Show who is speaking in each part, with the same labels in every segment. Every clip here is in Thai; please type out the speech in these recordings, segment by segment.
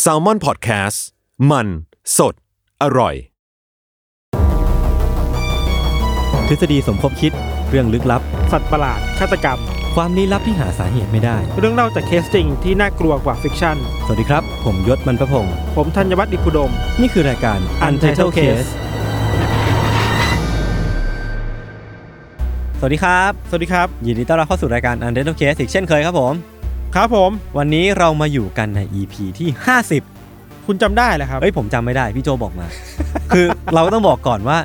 Speaker 1: แซลมอนพอดแคสต์มันสดอร่อย
Speaker 2: ทฤษฎีสมคบคิดเรื่องลึกลับ
Speaker 3: สัตว์ประหลาด ฆาตกรรม
Speaker 2: ความลี้ลับที่หาสาเหตุไม่ได้
Speaker 3: เรื่องเล่าจากเคสจริงที่น่ากลัวกว่าฟิกชั่น
Speaker 2: สวัสดีครับ ผมยศมันประพงศ์
Speaker 3: ผมธัญวัฒน์อิพุดม
Speaker 2: นี่คือรายการ Untitled Case สวัสดีครับ
Speaker 3: สวัสดีครับ
Speaker 2: ยินดีต้อนรับเข้าสู่รายการ Untitled Case อีกเช่นเคยครับผม
Speaker 3: ครับผม
Speaker 2: วันนี้เรามาอยู่กันใน EP ที่ 50
Speaker 3: คุณจำได้แหละครับ
Speaker 2: เอ้ยผมจำไม่ได้ พี่โจบอกมา คือเราต้องบอกก่อนว่า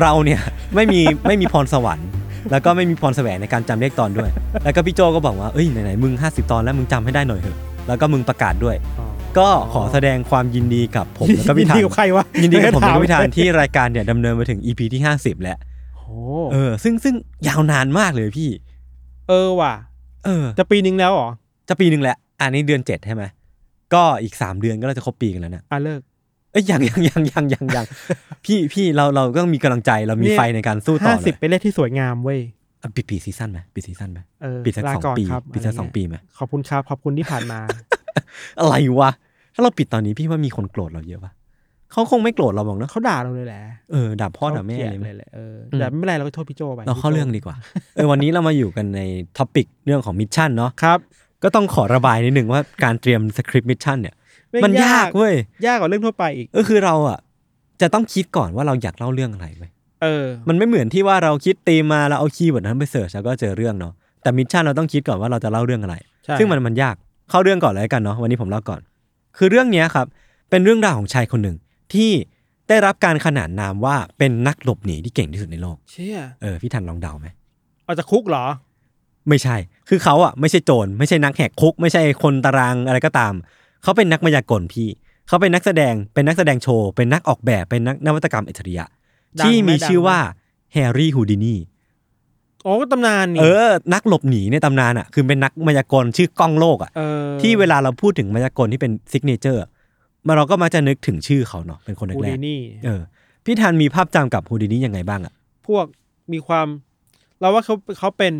Speaker 2: เราเนี่ย ไม่มีไม่มีพรสวรรค์ แล้วก็ไม่มีพรแสวงในการจำเลขตอนด้วย แล้วก็พี่โจก็บอกว่าเอ้ยไหนๆมึง 50 ตอนแล้วมึงจำให้ได้หน่อยเถอะแล้วก็มึงประกาศด้วย ก็ขอแสดงความยินดีกับผมแล้วก็
Speaker 3: ยิ
Speaker 2: พี่
Speaker 3: น
Speaker 2: ธัน
Speaker 3: ดีกับใครวะ
Speaker 2: ยินดีกับผมและ
Speaker 3: ไได้ถ
Speaker 2: พี่ธันที่รายการเนี่ยดำเนินมาถึง EP ที่ 50 แล้ว
Speaker 3: โอ้โห
Speaker 2: เออซึ่งซึ่งยาวนานมากเลยพี่
Speaker 3: เออว่ะ
Speaker 2: เออ
Speaker 3: จะปีนึงแล้วเหรอ
Speaker 2: จะปีหนึ่งแหละ อันนี้เดือน 7 ใช่ไหมก็อีก 3 เดือนก็เราจะครบปีกันแล้วนะ
Speaker 3: อ่ะเลิก
Speaker 2: เอ้ยยังยังยังยังยังยัง พี่พี่เราเราก็มีกำลังใจเรามี
Speaker 3: เนี่ย
Speaker 2: ไฟในการสู้ต่
Speaker 3: ห้า
Speaker 2: อ
Speaker 3: สิบ
Speaker 2: นะ
Speaker 3: เป็นเลขที่สวยงามเว้ย
Speaker 2: อ่ะปิดปีซีซั่นไหมปิดซีซั่นไหม
Speaker 3: เออ
Speaker 2: ปิดสัก
Speaker 3: ลา
Speaker 2: สอง
Speaker 3: ก่น
Speaker 2: ปี
Speaker 3: ครับ
Speaker 2: ปิดสัก
Speaker 3: ะไร
Speaker 2: สอง
Speaker 3: เย
Speaker 2: ปีไหม
Speaker 3: ขอบคุณครับ ขอบคุณที่ผ่านมา
Speaker 2: อะไรวะถ้าเราปิดตอนนี้พี่ว่ามีคนโกรธเราเยอะปะเขาคงไม่โกรธเราหรอกเนอะ
Speaker 3: เขาด่าเราเลยแหละ
Speaker 2: เออด่าพ่อด่าแม่
Speaker 3: เขเกลี
Speaker 2: เลย ย
Speaker 3: ด
Speaker 2: ไหม
Speaker 3: เลยแหละเอออ
Speaker 2: ม
Speaker 3: แต่ไม่เป็นไรเราก็โทษพี่โจไป
Speaker 2: เราเข้าเรื่องดีกว่า เออวันนี้เรามาอยู่กันในท็อปิกเรื่องของมิชชั่นเนาะ
Speaker 3: ครับ
Speaker 2: ก็ต้องขอระบายนิดหนึ่งว่าการเตรียมสคริปต์มิชชั่นเนี่ย
Speaker 3: ไ
Speaker 2: มันยากเว้ย
Speaker 3: ยากกว่าเรื่องทั่วไปอีก
Speaker 2: ก็คือเราอ่ะจะต้องคิดก่อนว่าเราอยากเล่าเรื่องอะไรเว้ย
Speaker 3: เออ
Speaker 2: มันไม่เหมือนที่ว่าเราคิดตีมมาเราเอาคีย์เวิร์ดนั้นไปเสิร์ชแล้วก็เจอเรื่องเนาะ แต่มิชชั่นเราต้องคิดก่อนว่าเราจะเล่าเรื่องอะไร
Speaker 3: ใช่
Speaker 2: ซึ่งมันมันยาก เข้าเรื่องก่อนเลยละกันเนาะ วันนี้ผมเล่าก่อน คือเรื่องเนี้ยครับ เป็นเรื่องราวของชายคนหนึ่งที่ได้รับการขนานนามว่าเป็นนักหลบหนีที่เก่งที่สุดในโลก
Speaker 3: เชี่ย
Speaker 2: เออพี่ทันลองเดาไหม
Speaker 3: เอาจากคุกเหรอ
Speaker 2: ไม่ใช่ คือเขาอ่ะไม่ใช่โจรไม่ใช่นักแหกคุก ไม่ใช่คนตารางอะไรก็ตาม เขาเป็นนักมายากลพี่ เขาเป็นนักแสดง เป็นนักแสดงโชว์ เป็นนักออกแบบ เป็นนักนวัตกรรมอัจฉริยะ
Speaker 3: ดังไหม
Speaker 2: ที่มีชื่อว่าแฮร์รี่ฮูดินี
Speaker 3: อ๋อก็ตำนานนี่
Speaker 2: เออ นักหลบหนีในตำนานอ่ะ คือเป็นนักมายากลชื่อกล้องโลกอ่ะ
Speaker 3: เออ
Speaker 2: ที่เวลาเราพูดถึงมายากลที่เป็นซิกเนเจอร์มาเราก็มาจะนึกถึงชื่อเขาเนาะ เป็นคน
Speaker 3: ฮู
Speaker 2: แร
Speaker 3: ดิ
Speaker 2: ก
Speaker 3: นี่
Speaker 2: ๆเออ พี่ทันมีภาพจำกับฮูดินียังไงบ้างอ่ะ
Speaker 3: พวกมีความ เราว่าเขาเขาเป็น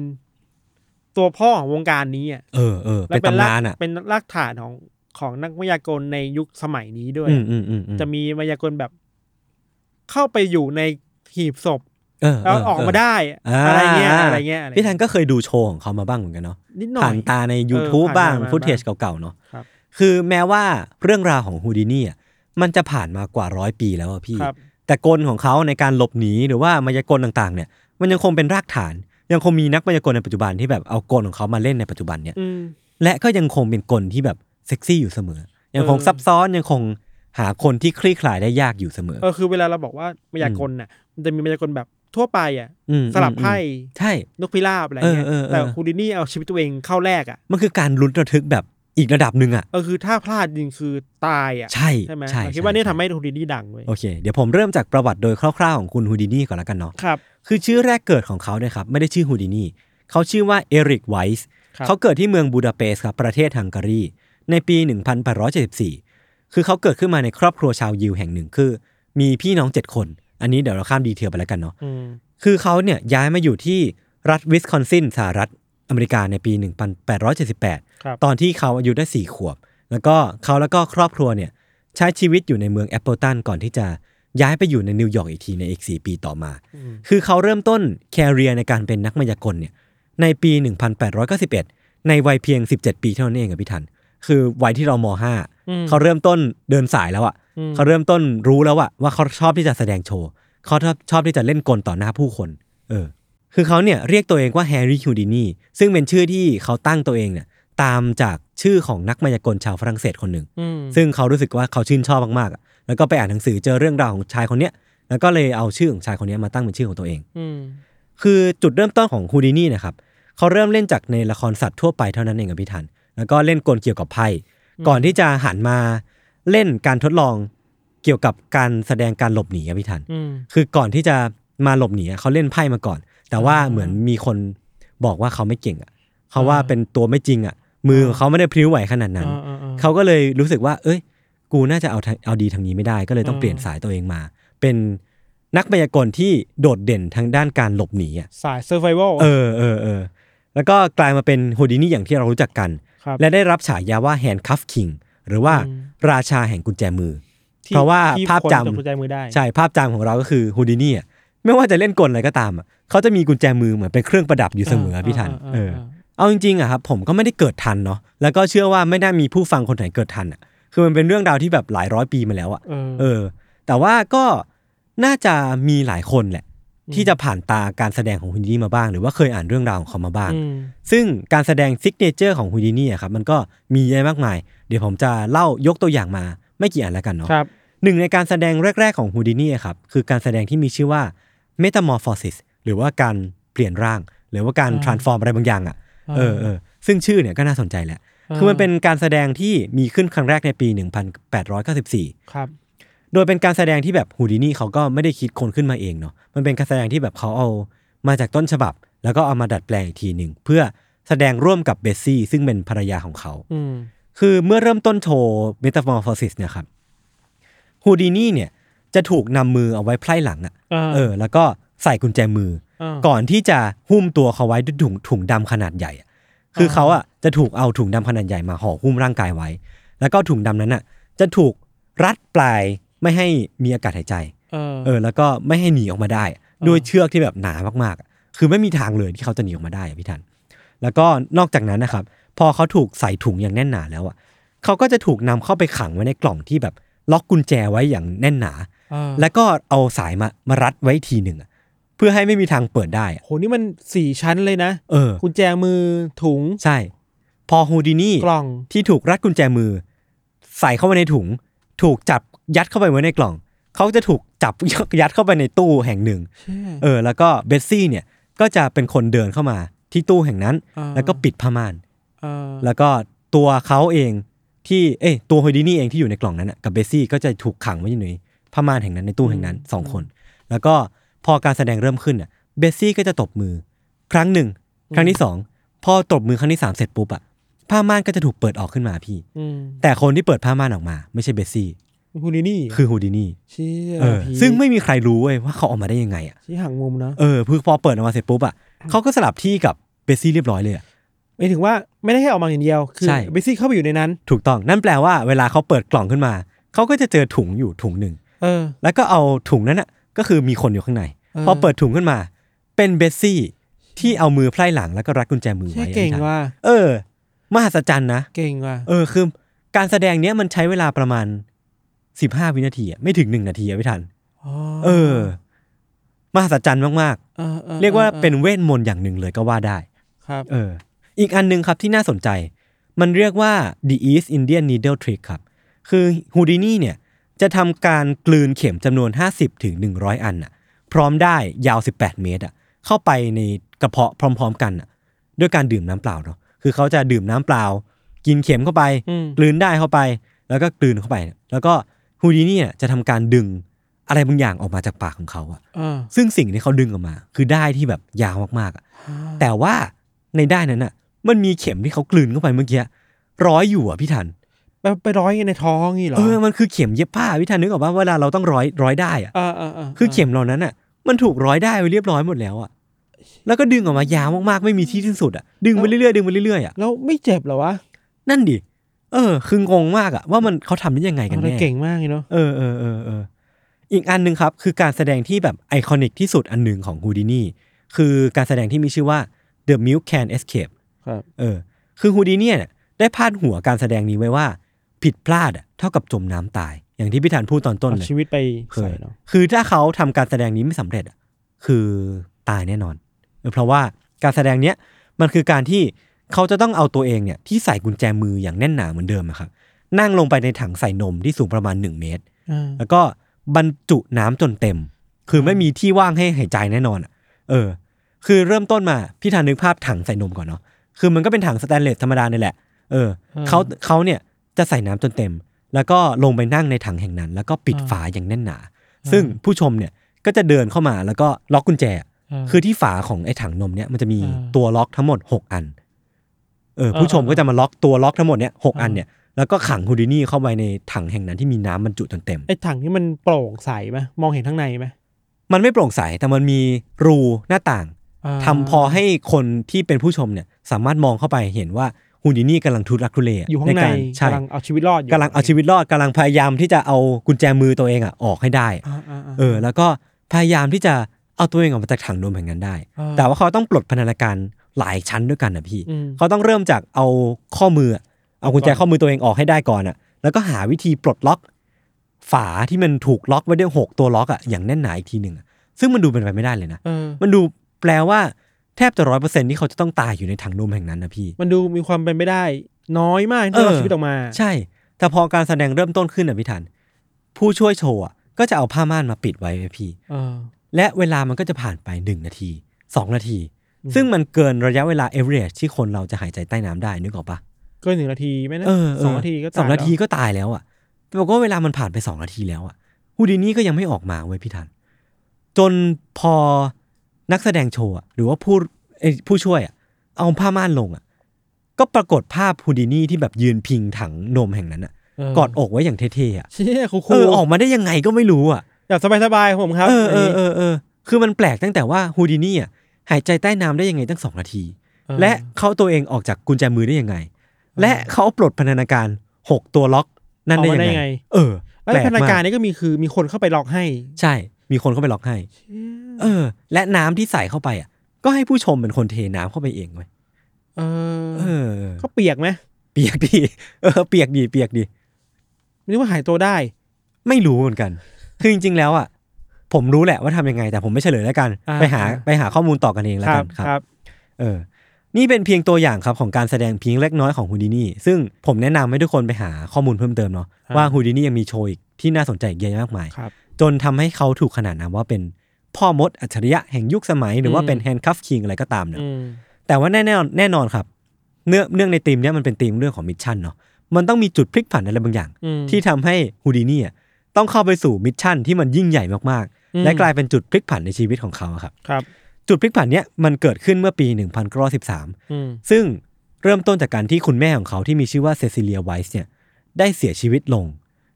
Speaker 3: ตัวพ่อของวงการนี้อ่ะ
Speaker 2: เออเออ
Speaker 3: และ
Speaker 2: เป็นตำนานอ่ะ
Speaker 3: เป็นรากฐานของของนักมายากลในยุคสมัยนี้ด้วย
Speaker 2: อืมอืมอืมอืม
Speaker 3: จะมีมายากลแบบ เข้าไปอยู่ในหีบศพ
Speaker 2: เเ
Speaker 3: แล้วออกมาได้อะ
Speaker 2: า
Speaker 3: อะไรเงี้ยอะไรเงี้ยอะไร
Speaker 2: พี่
Speaker 3: เงี้
Speaker 2: ทั
Speaker 3: ย
Speaker 2: นก็เคยดูโชว์ของเขามาบ้างเหมือนกันเนาะ
Speaker 3: นิดหน่อย
Speaker 2: ผ่านตาใน YouTube
Speaker 3: เออผ่าน
Speaker 2: บ้าง
Speaker 3: มาบ้าง
Speaker 2: ฟุตเทจเก่าๆเนาะ
Speaker 3: ครับ
Speaker 2: คือแม้ว่าเรื่องราวของฮูดินี่อะมันจะผ่านมากว่าร้อยปีแล้วอะพี่
Speaker 3: ครับ
Speaker 2: แต่กลของเขาในการหลบหนีหรือว่ามายากลต่างๆเนี่ย มันยังคงเป็นรากฐาน ยังคงมีนักมายากลในปัจจุบันที่แบบเอากลของเขามาเล่นในปัจจุบันเนี่ย
Speaker 3: อืม
Speaker 2: และก็ยังคงเป็นกลที่แบบเซ็กซี่อยู่เสมอ ยังคง
Speaker 3: เออ
Speaker 2: ซับซ้อนยังคงหาคนที่คลี่คลายได้ยากอยู่เสมอ
Speaker 3: เออคือเวลาเราบอกว่ามายากลน่ะ มันจะมีมายากลแบบทั่วไปอ่ะ
Speaker 2: ม
Speaker 3: สลับไพ่
Speaker 2: ใช่
Speaker 3: นกพิราบอะไรเงี้ย
Speaker 2: เออเออเออ
Speaker 3: แต่ฮูดินี่เอาชีวิตตัวเองเข้าแรกอ่ะ
Speaker 2: มันคือการลุ้นระทึกแบบอีกระดับหนึ่งอะ
Speaker 3: เออคือถ้าพลาดจริงคือตายอ่ะ
Speaker 2: ใช่
Speaker 3: ใช่ไหม
Speaker 2: ใช่
Speaker 3: เราคิด
Speaker 2: ใช่
Speaker 3: ว่าเนี่ย
Speaker 2: ใช่
Speaker 3: ทำให้ฮูดินี่ดังเว้ย
Speaker 2: โอเค เดี๋ยวผมเริ่มจากประวัติโดยคร่าวๆของคุณฮูดินี่ก่อนละกันเนาะ
Speaker 3: ครับ
Speaker 2: คือชื่อแรกเกิดของเขาเนี่ยครับ ไม่ได้ชื่อฮูดินี่เขาชื่อว่าเอริกไวส์
Speaker 3: ครับ
Speaker 2: เขาเกิดที่เมืองบูดาเปสต์ครับประเทศฮังการี ในปี 1874 คือเขาเกิดขึ้นมาในครอบครัวชาวยิวแห่งหนึ่งคือ มีพี่น้อง 7 คน อันนี้เดี๋ยวเราข้ามดีเทลไปแล้วกันเนาะ
Speaker 3: อืม
Speaker 2: คือเขาเนี่ยย้ายมาอยู่ที่รัฐวิสคอนซินสหรัฐอเมริกาในปี
Speaker 3: ครับ
Speaker 2: 1878 ตอนที่เขาอายุได้ 4 ขวบ แล้วก็เขาแล้วก็ครอบครัวเนี่ยใช้ชีวิตอยู่ในเมืองแอปเปิลตันก่อนที่จะย้ายไปอยู่ในนิวยอร์กอีกทีในอีก 4 ปีต่อมา
Speaker 3: อืม
Speaker 2: คือเขาเริ่มต้นแคเรียในการเป็นนักมายากลเนี่ยในปี 1891 ในวัยเพียง 17 ปีเท่านั้นเองอะพี่ทัน คือวัยที่เราม
Speaker 3: อืม
Speaker 2: .5 เขาเริ่มต้นเดินสายแล้วอะ
Speaker 3: อืม
Speaker 2: เขาเริ่มต้นรู้แล้วอะว่าเขาชอบที่จะแสดงโชว์ เขาชอบชอบที่จะเล่นกลต่อหน้าผู้คน เออ คือเขาเนี่ยเรียกตัวเองว่าแฮร์รี่คิวดินีซึ่งเป็นชื่อที่เขาตั้งตัวเองเนี่ยตามจากชื่อของนักมายากลชาวฝรั่งเศสคนหนึ่ง
Speaker 3: อืม
Speaker 2: ซึ่งเขารู้สึกว่าเขาชื่นชอบมากๆอะแล้วก็ไปอ่านหนังสือเจอเรื่องราวของชายคนเนี้ย แล้วก็เลยเอาชื่อของชายคนเนี้ยมาตั้งเป็นชื่อของตัวเอง
Speaker 3: อืม
Speaker 2: คือจุดเริ่มต้นของฮูดินี่นะครับเขาเริ่มเล่นจากในละครสัตว์ทั่วไปเท่านั้นเองกับพี่ทัน แล้วก็เล่นกลเกี่ยวกับไพ่
Speaker 3: ม
Speaker 2: ก่อนที่จะหันมาเล่นการทดลองเกี่ยวกับการแสดงการหลบหนีอะพี่ทัน
Speaker 3: อืม
Speaker 2: คือก่อนที่จะมาหลบหนีอะเขาเล่นไพ่มาก่อน แต่ว่าเหมือนมีคนบอกว่าเขาไม่เก่งอ่ะเขาว่าเป็นตัวไม่จริงอ่ะ มือของเขาไม่ได้พริ้วไหวขนาดนั้น
Speaker 3: อ่าอ่าอ่า
Speaker 2: เขาก็เลยรู้สึกว่า เอ้ย กูน่าจะเอาทางเอาดีทางนี้ไม่ได้ ก็เลยต้องเปลี่ยนสายตัวเองมา เป็นนักมายากลที่โดดเด่นทางด้านการหลบหนีอ่ะ
Speaker 3: สายเซอร์ไ a ว l
Speaker 2: เออเออเออแล้วก็กลายมาเป็นโฮดินี่อย่างที่เรารู้จักกัน
Speaker 3: ครับ
Speaker 2: และได้รับฉายาว่าแฮนด์คัฟคิงหรือว่า
Speaker 3: อืม
Speaker 2: ราชาแห่งกุญแจมือ
Speaker 3: ที่
Speaker 2: เพราะว่า
Speaker 3: ที่
Speaker 2: ภาพ
Speaker 3: คน
Speaker 2: จำ
Speaker 3: ตกกุญแจมือได้
Speaker 2: ใช่ภาพจำของเราก็คือโฮดินี่อะไม่ว่าจะเล่นกลอะไรก็ตามอะเขาจะมีกุญแจมือเหมือนเป็นเครื่องประดับอยู่เสมออะพี่ทันเออ
Speaker 3: อ่าาา
Speaker 2: เอาจริงๆอะครับผมก็ไม่ได้เกิดทันเนาะแล้วก็เชื่อว่าไม่น่ามีผู้ฟังคนไหนเกิดทันอะคือมันเป็นเรื่องราวที่แบบหลายร้อยปีมาแล้วอะ
Speaker 3: เออ
Speaker 2: เออ แต่ว่าก็น่าจะมีหลายคนแหละ ที่จะผ่านตาการแสดงของฮุนดี้มาบ้าง หรือว่าเคยอ่านเรื่องราวของเขามาบ้าง
Speaker 3: ม
Speaker 2: ซึ่งการแสดงซิกเนเจอร์ของฮุนดี้นี่ยครับมันก็มีเยอะมากมาย เดี๋ยวผมจะเล่ายกตัวอย่างมาไม่กี่อันแล้วกันเนาะ
Speaker 3: ครับ
Speaker 2: หนึ่งในการแสดงแรก ๆของฮูดินี่ครับคือการแสดงที่มีชื่อว่า metamorphosis หรือว่าการเปลี่ยนร่าง หรือว่าการ
Speaker 3: อ่า
Speaker 2: transform อะไรบางอย่างอะ
Speaker 3: า
Speaker 2: เออเออซึ่งชื่อเนี่ยก็น่าสนใจแหละ
Speaker 3: า
Speaker 2: คือมันเป็นการแสดงที่มีขึ้นครั้งแรกในปี 1894
Speaker 3: ครับ
Speaker 2: โดยเป็นการแสดงที่แบบฮูดินี่เขาก็ไม่ได้คิดคนขึ้นมาเองเนาะ มันเป็นการแสดงที่แบบเขาเอามาจากต้นฉบับ แล้วก็เอามาดัดแปลงอีกทีหนึ่งเพื่อแสดงร่วมกับเบสซี่ซึ่งเป็นภรรยาของเขา
Speaker 3: อืม
Speaker 2: คือเมื่อเริ่มต้นโชว์ Metamorphosis เนี่ยครับฮูดินี่เนี่ยจะถูกนำมือเอาไว้ไพร่หลังอะ
Speaker 3: า
Speaker 2: เออ แล้วก็ใส่กุญแจมือ
Speaker 3: า
Speaker 2: ก่อนที่จะหุ้มตัวเขาไว้ด้วยถุงถุงดำขนาดใหญ่อะคือ
Speaker 3: อ่า
Speaker 2: เขาอ่ะจะถูกเอาถุงดำขนาดใหญ่มาห่อหุ้มร่างกายไว้ แล้วก็ถุงดำนั้นอ่ะ จะถูกรัดปลายไม่ให้มีอากาศหายใจ
Speaker 3: เออ
Speaker 2: เออ แล้วก็ไม่ให้หนีออกมาได้อะด้วยเชือกที่แบบหนามากๆอะคือไม่มีทางเลยที่เขาจะหนีออกมาได้อะพี่ทัน แล้วก็นอกจากนั้นนะครับ พอเขาถูกใส่ถุงอย่างแน่นหนาแล้วอ่ะเขาก็จะถูกนำเข้าไปขังไว้ในกล่องที่แบบล็อกกุญแจไว้อย่างแน่นหนา
Speaker 3: เออ
Speaker 2: แล้วก็เอาสายมามารัดไว้ทีหนึ่งอะเพื่อให้ไม่มีทางเปิดได้อะ
Speaker 3: โหนี่มันสี่ชั้นเลยนะ
Speaker 2: เออ
Speaker 3: กุญแจมือถุง
Speaker 2: ใช่ พอฮูดินี่
Speaker 3: กล่อง
Speaker 2: ที่ถูกรัดกุญแจมือ ใส่เข้าไปในถุง ถูกจับยัดเข้าไปไว้ในกล่อง เขาจะถูกจับ ยัดเข้าไปในตู้แห่งหนึ่ง
Speaker 3: เชี่ย
Speaker 2: เออ แล้วก็เบสซี่เนี่ยก็จะเป็นคนเดินเข้ามาที่ตู้แห่งนั้น
Speaker 3: อ่า
Speaker 2: แล้วก็ปิดผ้าม่าน
Speaker 3: เออ
Speaker 2: แล้วก็ตัวเขาเองที่เอ้ยตัวฮูดินี่เองที่อยู่ในกล่องนั้นน่ะกับเบสซี่ก็จะถูกขังไว้อยู่ในผ้าม่านแห่งนั้นในตู้แห่งนั้นสองคน แล้วก็พอการแสดงเริ่มขึ้นอ่ะเบสซี่ก็จะตบมือ ครั้งหนึ่ง ครั้งที่สองพอตบมือครั้งที่สามเสร็จปุ๊บอ่ะผ้าม่านก็จะถูกเปิดออกขึ้นมาพี่
Speaker 3: อืม
Speaker 2: แต่คนที่เปิดผ้าม่านออกมา ไม่ใช่เบสซี่
Speaker 3: ฮูลินี่
Speaker 2: คือฮูดินี่
Speaker 3: เชี่ย
Speaker 2: เออ
Speaker 3: ผี
Speaker 2: ซึ่งไม่มีใครรู้เว้ยว่าเขาออกมาได้ยังไงอ่ะ
Speaker 3: ชี้ห่างมุมเนาะ
Speaker 2: เออเพื่อพอเปิดออกมาเสร็จปุ๊บอ่ะเขาก็สลับที่กับเบสซี่เรียบร้อยเลยอะ
Speaker 3: หมายถึงว่าไม่ได้แค่ออกมาอย่างเดียว คือ
Speaker 2: ใช่
Speaker 3: เบสซี่เข้าไปอยู่ในนั้น
Speaker 2: ถูกต้องนั่นแปลว่าเวลาเขาเปิดกล่องขึ้นมา เขาก็จะเจอถุงอยู่ถุงหนึ่ง
Speaker 3: เออ
Speaker 2: แล้วก็เอาถุงนั้นอ่ะก็คือมีคนอยู่ข้างใน
Speaker 3: เออ
Speaker 2: พอเปิดถุงขึ้นมา เป็นเบสซี่ที่เอามือไพร่หลังแล้วก็รัดกุญแจมือ
Speaker 3: เชี่ย
Speaker 2: ไว้
Speaker 3: เก่งว่ะ
Speaker 2: เออ มหัศจรรย์นะ
Speaker 3: เก่งว่ะ
Speaker 2: เออคือการแสดงเนี้ยมันใช้เวลาประมาณสิบห้าวินาทีอะไม่ถึงหนึ่งนาทีอะพี่ทัน เออมหัศจรรย์มาก
Speaker 3: เออออ
Speaker 2: ๆ เรียกว่าเป็นเวทมนต์อย่างหนึ่งเลยก็ว่าได้
Speaker 3: ครับ
Speaker 2: เออ อีกอันหนึ่งครับที่น่าสนใจ มันเรียกว่า the East Indian Needle Trick ครับ คือฮูดินี่เนี่ยจะทำการกลืนเข็มจำนวน 50ถึง100 อันน่ะ พร้อมได้ยาว 18 เมตรอ่ะ เข้าไปในกระเพาะพร้อม ๆ กันน่ะ ด้วยการดื่มน้ำเปล่าเนาะ คือเขาจะดื่มน้ำเปล่า กินเข็มเข้าไป
Speaker 3: อืม
Speaker 2: กลืนได้เข้าไป แล้วก็กลืนเข้าไป แล้วก็ฮูดินี่เนี่ยจะทำการดึงอะไรบางอย่างออกมาจากปากของเขาอะ
Speaker 3: เออ
Speaker 2: ซึ่งสิ่งที่เขาดึงออกมา คือได้ายที่แบบยาวมากๆอะ
Speaker 3: แต่
Speaker 2: แต่ว่าในด้านนั้นน่ะ มันมีเข็มที่เขากลืนเข้าไปเมื่อกี้ร้อยอยู่อ่ะพี่ทัน
Speaker 3: ไปร้อยในท้องนี่เหรอ
Speaker 2: เออมันคือเข็มเย็บผ้าพี่ทันนึกออกว่าเวลาเราต้องร้อยร้อยได้อ่ะ
Speaker 3: เออเออเออ
Speaker 2: คือเข็มเหล่านั้นน่ะ มันถูกร้อยได้ไปเรียบร้อยหมดแล้วอ่ะแล้วก็ดึงออกมายาวมากๆไม่มีที่สิ้นสุดอ่ะดึงไปเรื่อยๆดึงไปเรื่อยๆอ่ะ
Speaker 3: แล้วไม่เจ็บเหรอวะ
Speaker 2: นั่นดิเออ คืองงมากอ่ะว่ามันเขาทำได้ยังไงกัน
Speaker 3: เรา
Speaker 2: แน่
Speaker 3: เก่งมากเลยเนาะ
Speaker 2: เออเออเออเอออีกอันหนึ่งครับ คือการแสดงที่แบบไอคอนิกที่สุดอันหนึ่งของฮูดินี่คือการแสดงที่มีชื่อว่า The Milk Can Escape
Speaker 3: ครับ
Speaker 2: เออ คือฮูดิเนี่ยเนี่ยได้พาดหัวการแสดงนี้ไว้ว่า ผิดพลาดอะเท่ากับจมน้ำตาย อย่างที่พี่ธันพูดตอนต้นเล
Speaker 3: เอา
Speaker 2: ย
Speaker 3: ชีวิตไป
Speaker 2: เคย
Speaker 3: ใส่เนาะ
Speaker 2: คือถ้าเขาทำการแสดงนี้ไม่สำเร็จอะคือตายแน่นอนเออเพราะว่าการแสดงเนี้ยมันคือการที่เขาจะต้องเอาตัวเองเนี่ยที่ใส่กุญแจมืออย่างแน่นหนาเหมือนเดิมอะครับนั่งลงไปในถังใส่นมที่สูงประมาณ 1 เมตร
Speaker 3: เออ
Speaker 2: แล้วก็บรรจุน้ำจนเต็ม คือไม่มีที่ว่างให้หายใจแน่นอนอะเออ คือเริ่มต้นมา พี่ทานนึกภาพถังใส่นมก่อนเนาะ คือมันก็เป็นถังสแตนเลสธรรมดาเนี่ยแหละ เออ เขาเขาเนี่ย จะใส่น้ำจนเต็ม แล้วก็ลงไปนั่งในถังแห่งนั้น แล้วก็ปิด
Speaker 3: อ่า
Speaker 2: ฝาอย่างแน่นหนา ซึ่งผู้ชมเนี่ยก็จะเดินเข้ามาแล้วก็ล็อกกุญแจ
Speaker 3: า
Speaker 2: คือที่ฝาของไอ้ถังนมเนี่ยมันจะมี
Speaker 3: อ่า
Speaker 2: ตัวล็อกทั้งหมดหกอัน เออ
Speaker 3: อ่า
Speaker 2: ผู้ชมก็จะมาล็อกตัวล็อกทั้งหมดเนี่ยหก
Speaker 3: อ่า
Speaker 2: อันเนี่ยแล้วก็ขังฮูดินี่เข้าไปในถังแห่งนั้นที่มีน้ำบรรจุจนเต็ม
Speaker 3: ไอ้ถังนี่มันโปร่งใสไหมมองเห็นข้างในไหม
Speaker 2: มันไม่โปร่งใสแต่มันมีรูหน้าต่าง
Speaker 3: อ่า
Speaker 2: ทำพอให้คนที่เป็นผู้ชมเนี่ยสามารถมองเข้าไปเห็นว่าฮูดินี่กำลังทุรักทุเล
Speaker 3: อยู่ข้างใน
Speaker 2: การใช่
Speaker 3: กำลังเอาชีวิตรอดอยู่
Speaker 2: กำลังเอาชีวิตรอดกำลังพยายามที่จะเอากุญแจมือตัวเองอ่ะออกให้ได้
Speaker 3: อ่าอ่าา
Speaker 2: เออ แล้วก็พยายามที่จะเอาตัวเองออกมาจากถังนมแห่งนั้นได้
Speaker 3: อ่า
Speaker 2: แต่ว่าเขาต้องปลดพันธนาการหลายชั้นด้วยกันนะพี่
Speaker 3: ม
Speaker 2: เขาต้องเริ่มจากเอาข้อมืออะเอากุญแจ
Speaker 3: ก่อน
Speaker 2: ข้อมือตัวเองออกให้ได้ก่อนอ่ะ แล้วก็หาวิธีปลดล็อก ฝาที่มันถูกล็อกไว้ด้วยหกตัวล็อกอ่ะอย่างแน่นหนาอีกทีหนึ่งอะซึ่งมันดูเป็นไปไม่ได้เลยนะ
Speaker 3: เออ
Speaker 2: มันดูแปลว่าแทบจะร้อยเปอร์เซ็นที่เขาจะต้องตายอยู่ในถังนมแห่งนั้นนะพี่
Speaker 3: มันดูมีความเป็นไปได้ น้อยมากที่จะรอดชีวิตออกมา
Speaker 2: ใช่ แต่พอการแสดงเริ่มต้นขึ้นอ่ะพี่ทัน ผู้ช่วยโชว์อะก็จะเอาผ้าม่านมาปิดไว้ไว้พี่
Speaker 3: เออ
Speaker 2: และเวลามันก็จะผ่านไปหนึ่งนาทีสองนาที
Speaker 3: อืม
Speaker 2: ซึ่งมันเกินระยะเวลาเอเวอเรที่คนเราจะหายใจใต้น้ำได้นึกออกปะ
Speaker 3: เกินหนึ่งนาทีไหมนะ
Speaker 2: เออเ
Speaker 3: สองนาทีก็ตย
Speaker 2: สองนาที
Speaker 3: แล้ว
Speaker 2: ก็ตายแล้วอ่ะแต่บอกว่าเวลามันผ่านไปสองนาทีแล้วอ่ะฮูดินี่ก็ยังไม่ออกมาเว้ยพี่ทัน จนพอนักแสดงโชว์อะหรือว่าผู้เอ้ยผู้ช่วยอะเอาผ้าม่านลงอ่ะก็ปรากฏภาพฮูดินี่ที่แบบยืนพิงถังนมแห่งนั้นอ่ะ
Speaker 3: เ
Speaker 2: กอดอกไว้อย่างเท่ๆอ่ะ
Speaker 3: เชี่ยครู
Speaker 2: เออออกมาได้ยังไงก็ไม่รู้อ่ะ
Speaker 3: อยากสบายสบายๆผมครับ
Speaker 2: เออเอ
Speaker 3: นี่
Speaker 2: อเออเออคือมันแปลกตั้งแต่ว่าฮูดินี่อ่ะหายใจใต้น้ำได้ยังไงตั้งสองนาที
Speaker 3: เออ
Speaker 2: และเขาตัวเองออกจากกุญแจมือได้ยังไง และเขาปลดพันธนาการหกตัวล็อกนั่นได้ยังไง เออ
Speaker 3: เอ้ย
Speaker 2: แปลก
Speaker 3: พนัก
Speaker 2: า
Speaker 3: งาม
Speaker 2: น ก
Speaker 3: นี่ก็มีคือมีคนเข้าไปล็อกให้
Speaker 2: ใช่ มีคนเข้าไปล็อกให้ เออ และน้ำที่ใส่เข้าไปอ่ะ ก็ให้ผู้ชมเป็นคนเทน้ำเข้าไปเองเว้ย
Speaker 3: เออ
Speaker 2: เออ
Speaker 3: เขาเปียกไหม
Speaker 2: เปียกดี เออเปียกดีเปียกดี
Speaker 3: นึกว่าหายตัวได้
Speaker 2: ไม่รู้เหมือนกัน คือจริง ๆ แล้วอ่ะ ผมรู้แหละว่าทำยังไง แต่ผมไม่เฉลยแล้วกัน
Speaker 3: อ่า
Speaker 2: ไปหา
Speaker 3: อ่า
Speaker 2: ไปหาข้อมูลต่อกันเองแล้วกันครับ เออ นี่เป็นเพียงตัวอย่างครับของการแสดงเพียงเล็กน้อยของฮูดินี่ ซึ่งผมแนะนำให้ทุกคนไปหาข้อมูลเพิ่มเติมเนาะ
Speaker 3: ฮะ
Speaker 2: ว่าฮูดินี่ยังมีโชว์อีกที่น่าสนใจอีกเยอะมากมาย
Speaker 3: ครับ
Speaker 2: จนทำให้เขาถูกขนานนามว่าเป็นพ่อมดอัจฉริยะแห่งยุคสมัยหรือว่า
Speaker 3: อืม
Speaker 2: เป็นแฮนด์คัฟคิงอะไรก็ตามเนาะ
Speaker 3: อืม
Speaker 2: แต่ว่าแน่แน่แน่นอนครับ เนื่องเนื่องในธีมเนี้ยมันเป็นธีมเรื่องของมิชชั่นเนาะมันต้องมีจุดพลิกผันอะไรบางอย่าง
Speaker 3: อืม
Speaker 2: ที่ทำให้ฮูดินี่อะต้องเข้าไปสู่มิชชั่นที่มันยิ่งใหญ่มาก
Speaker 3: อื
Speaker 2: ๆ
Speaker 3: ม
Speaker 2: และกลายเป็นจุดพลิกผันในชีวิตของเขาอะครับ
Speaker 3: ครับ
Speaker 2: จุดพลิกผันเนี้ยมันเกิดขึ้นเมื่อปี 1913
Speaker 3: อืม
Speaker 2: ซึ่งเริ่มต้นจากการที่คุณแม่ของเขาที่มีชื่อว่าเซซิเลียไวส์เนี่ยได้เสียชีวิตลง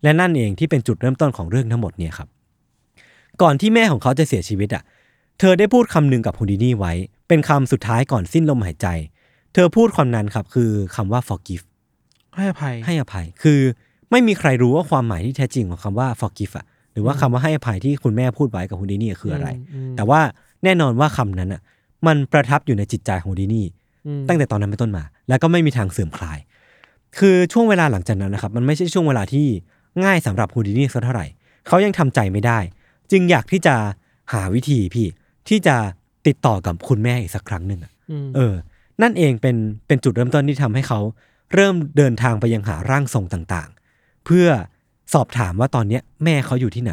Speaker 2: และนั่นเองที่เป็นจุดเริ่มต้นของเรื่องทั้งหมดเนี่ยครับ ก่อนที่แม่ของเขาจะเสียชีวิตอ่ะ เธอได้พูดคำหนึ่งกับฮูดินี่ไว้ เป็นคำสุดท้ายก่อนสิ้นลมหายใจ เธอพูดความนั้นครับคือคำว่า forgive
Speaker 3: ให้อภัย
Speaker 2: ให้อภัย คือไม่มีใครรู้ว่าความหมายที่แท้จริงของคำว่า forgive อ่ะ หรือว่าคำว่าให้อภัยที่คุณแม่พูดไว้กับฮูดินี่คืออะไร
Speaker 3: อืมอืม
Speaker 2: แต่ว่าแน่นอนว่าคำนั้นอ่ะ มันประทับอยู่ในจิตใจของฮูดินี่
Speaker 3: อืม
Speaker 2: ตั้งแต่ตอนนั้นเป็นต้นมา แล้วก็ไม่มีทางเสื่อมคลาย คือช่วงเวลาหลังจากนั้นนะครับ มันไม่ใช่ช่วงเวลาที่ง่ายสำหรับฮูดินี่สักเท่าไหร่ เขายังทำใจไม่ได้ จึงอยากที่จะหาวิธีพี่ ที่จะติดต่อกับคุณแม่อีกสักครั้งหนึ่งอะ
Speaker 3: ม
Speaker 2: เออ นั่นเองเป็นเป็นจุดเริ่มต้นที่ทำให้เขา เริ่มเดินทางไปยังหาร่างทรงต่างๆ เพื่อสอบถามว่าตอนเนี้ยแม่เขาอยู่ที่ไหน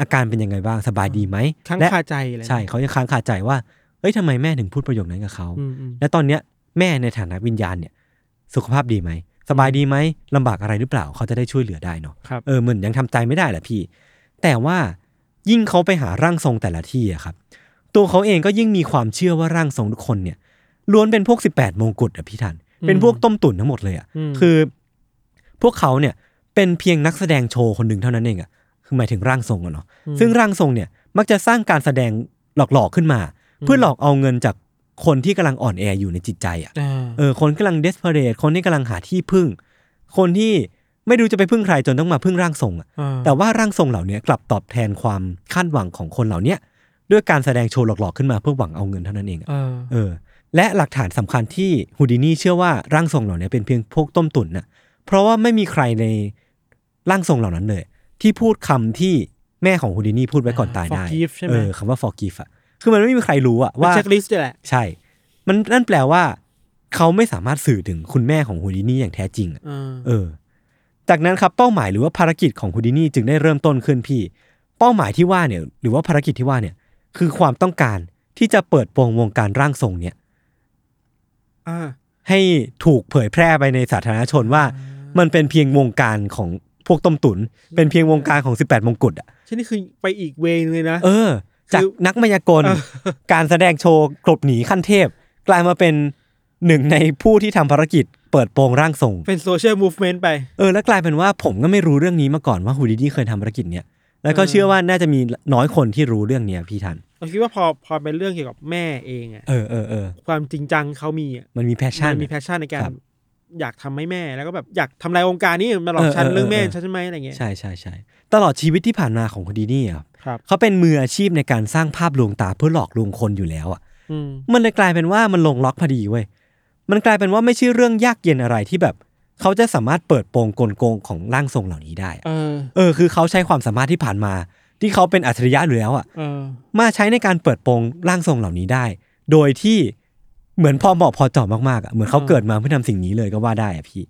Speaker 2: อาการเป็นยังไงบ้างสบายดีไหม
Speaker 3: ค้าง
Speaker 2: และ
Speaker 3: คาใจอะไร
Speaker 2: ใช่เขายังค้างคาใจว่าเอ้ยทำไมแม่ถึงพูดประโยคนั้นกับเขา
Speaker 3: อืมอืม
Speaker 2: และตอนเนี้ยแม่ในฐานะวิญญาณเนี่ยสุขภาพดีไหม สบายดีไหมลำบากอะไรหรือเปล่าเขาจะได้ช่วยเหลือได้เนาะ
Speaker 3: ครับ
Speaker 2: เออเหมือนยังทำใจไม่ได้แหละพี่ แต่ว่ายิ่งเขาไปหาร่างทรงแต่ละที่อะครับ ตัวเขาเองก็ยิ่งมีความเชื่อว่าร่างทรงทุกคนเนี่ยล้วนเป็นพวก 18 มงกุฎอะพี่ทัน
Speaker 3: อืม
Speaker 2: เป็นพวกต้มตุ๋นทั้งหมดเลยอะ
Speaker 3: อืม
Speaker 2: คือพวกเขาเนี่ยเป็นเพียงนักแสดงโชว์คนหนึ่งเท่านั้นเองอะคือหมายถึงร่างทรงอะเนาะ ซึ่งร่างทรงเนี่ยมักจะสร้างการแสดงหลอกๆขึ้นมา เพื่อหลอกเอาเงินจากคนที่กำลังอ่อนแออยู่ในจิตใจอ่ะ
Speaker 3: อ่า
Speaker 2: เออคนกำลังเดสเพเรตคนที่กำลังหาที่พึ่ง คนที่ไม่รู้จะไปพึ่งใครจนต้องมาพึ่งร่างทรงอ่ะ
Speaker 3: า
Speaker 2: แต่ว่าร่างทรงเหล่าเนี้ยกลับตอบแทนความคาดหวังของคนเหล่าเนี้ยด้วยการแสดงโชว์หลอกๆขึ้นมาเพื่อหวังเอาเงินเท่านั้นเองอะ
Speaker 3: เออ
Speaker 2: เออและหลักฐานสำคัญที่ฮูดินี่เชื่อว่าร่างทรงเหล่านี้เป็นเพียงพวกต้มตุ๋นน่ะเพราะว่าไม่มีใครในร่างทรงเหล่านั้นเลย ที่พูดคำที่แม่ของฮูดินี่พูดไว้ก่อนตายได้
Speaker 3: Forgive ใช่ไหม
Speaker 2: เออคำว่า forgive อะคือมันไม่มีใครรู้อะว่า
Speaker 3: เช็คลิสต์นี่แหละ
Speaker 2: ใช่ มันนั่นแปลว่า เขาไม่สามารถสื่อถึงคุณแม่ของฮูดินี่อย่างแท้จริงอะ
Speaker 3: เออ
Speaker 2: เออ จากนั้นครับเป้าหมายหรือว่าภารกิจของฮูดินี่จึงได้เริ่มต้นขึ้นพี่ เป้าหมายที่ว่าเนี่ย หรือว่าภารกิจที่ว่าเนี่ย คือความต้องการที่จะเปิดโปงวงการร่างทรงเนี่ย
Speaker 3: อ่า
Speaker 2: ให้ถูกเผยแพร่ไปในสาธารณชนว่า มันเป็นเพียงวงการของพวกต้มตุน เป็นเพียงวงการของ 18 มงกุฎอ่ะ
Speaker 3: ช่นนี่คือไปอีกเวนึงเลยนะ
Speaker 2: เออ จาก
Speaker 3: คือ
Speaker 2: นักมายากล
Speaker 3: เออ
Speaker 2: การแสดงโชว์กลบหนีขั้นเทพ กลายมาเป็นหนึ่งในผู้ที่ทำภารกิจเปิดโปงร่างทรง
Speaker 3: เป็นโซเชียลมูฟเมนต์ไป
Speaker 2: เออแล้วกลายเป็นว่าผมก็ไม่รู้เรื่องนี้มาก่อนว่าฮูดิดี้เคยทำภารกิจเนี่ย แล้วก็
Speaker 3: เออ
Speaker 2: เชื่อว่าน่าจะมีน้อยคนที่รู้เรื่องเนี้ยพี่ทัน
Speaker 3: เราคิดว่าพอพอเป็นเรื่องเกี่ยวกับแม่เองอะ
Speaker 2: เออเออเออ
Speaker 3: ความจริงจังเขามีอะ
Speaker 2: มันมีแพชชั่น
Speaker 3: มัมีแพชชั่นในการ
Speaker 2: ครับ
Speaker 3: อยากทำให้แม่แล้วก็แบบอยากทำลายวงการนี้มาหลอกฉัน
Speaker 2: เออเออ
Speaker 3: เรื่องแม่
Speaker 2: เออ
Speaker 3: ฉันใช่ไหมอะไรเงี้ย
Speaker 2: ใช่ใช่ใช่ตลอดชีวิตที่ผ่านมาของฮูดิดี้อะครับ
Speaker 3: ครับ
Speaker 2: เขาเป็นมืออาชีพในการสร้างภาพลวงตาเพื่อหลอกลวงคนอยู่แล้วอ่ะ
Speaker 3: อืม
Speaker 2: มันเลยกลายเป็นว่ามันลงล็อกพอดีเว้ย มันกลายเป็นว่าไม่ใช่เรื่องยากเย็นอะไรที่แบบ เขาจะสามารถเปิดโปงกลโกงของร่างทรงเหล่านี้ได้อะ
Speaker 3: เออ
Speaker 2: เออคือเขาใช้ความสามารถที่ผ่านมา ที่เขาเป็นอัจฉริยะอยู่แล้วอ่ะ
Speaker 3: เออ
Speaker 2: มาใช้ในการเปิดโปงร่างทรงเหล่านี้ได้ โดยที่เหมือนพอเหมาะพอเจาะมากๆอ่ะ เหมือนเขา
Speaker 3: อ่า
Speaker 2: เกิดมาเพื่อทำสิ่งนี้เลยก็ว่าได้อ่ะพี่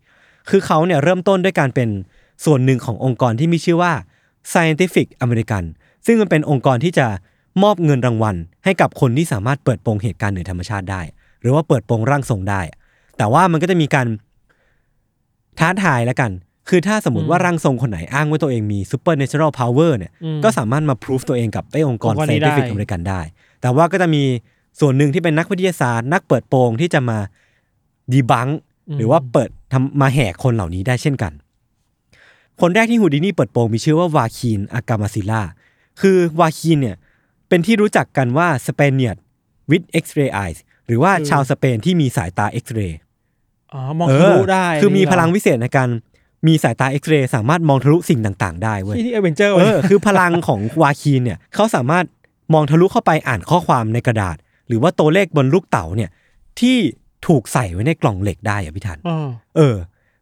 Speaker 2: คือเขาเนี่ยเริ่มต้นด้วยการเป็นส่วนหนึ่งขององค์กรที่มีชื่อว่า Scientific American ซึ่งมันเป็นองค์กรที่จะมอบเงินรางวัล ให้กับคนที่สามารถเปิดโปงเหตุการณ์เหนือธรรมชาติได้ หรือว่าเปิดโปงร่างทรงได้ แต่ว่ามันก็จะมีการท้าทายแล้วกัน คือถ้าสมมติว่าร่างทรงคนไหนอ้างว่าตัวเองมี supernatural power เนี่ย
Speaker 3: อืม
Speaker 2: ก็สามารถมาพิสูจตัวเองกับไอ้องค์กร
Speaker 3: องค์กร
Speaker 2: ไซ
Speaker 3: นี้
Speaker 2: นติฟิก
Speaker 3: ได้
Speaker 2: อเมริกันได้ แต่ว่าก็จะมีส่วนหนึ่งที่เป็นนักวิทยาศาสตร์ นักเปิดโปงที่จะมาดีบังหรือว่าเปิดทำมาแหกคนเหล่านี้ได้เช่นกัน คนแรกที่ฮูดินี่เปิดโปงมีชื่อว่าวาคีนอากามาซิล่าคือวาคีนเนี่ยเป็นที่รู้จักกันว่าสเปเนียดวิดเอ็กซ์เรย์ไอส์หรือว่าชาวสเปนที่มีสายตาเอ็กซ์เรย์
Speaker 3: อ๋อมองทะลุได้
Speaker 2: เออคือมีพลัง
Speaker 3: วิ
Speaker 2: วิเศษในการมีสายตาเอ็กซเรย์สามารถมองทะลุสิ่งต่าง ๆ ได้เว้ย
Speaker 3: ที่ที่เอเวนเจอร์
Speaker 2: เออ คือพลังของวาคีนเนี่ยเขาสามารถมองทะลุเข้าไปอ่านข้อความในกระดาษ หรือว่าตัวเลขบนลูกเต๋าเนี่ยที่ถูกใส่ไว้ในกล่องเหล็กได้อะพี่ทัน เออ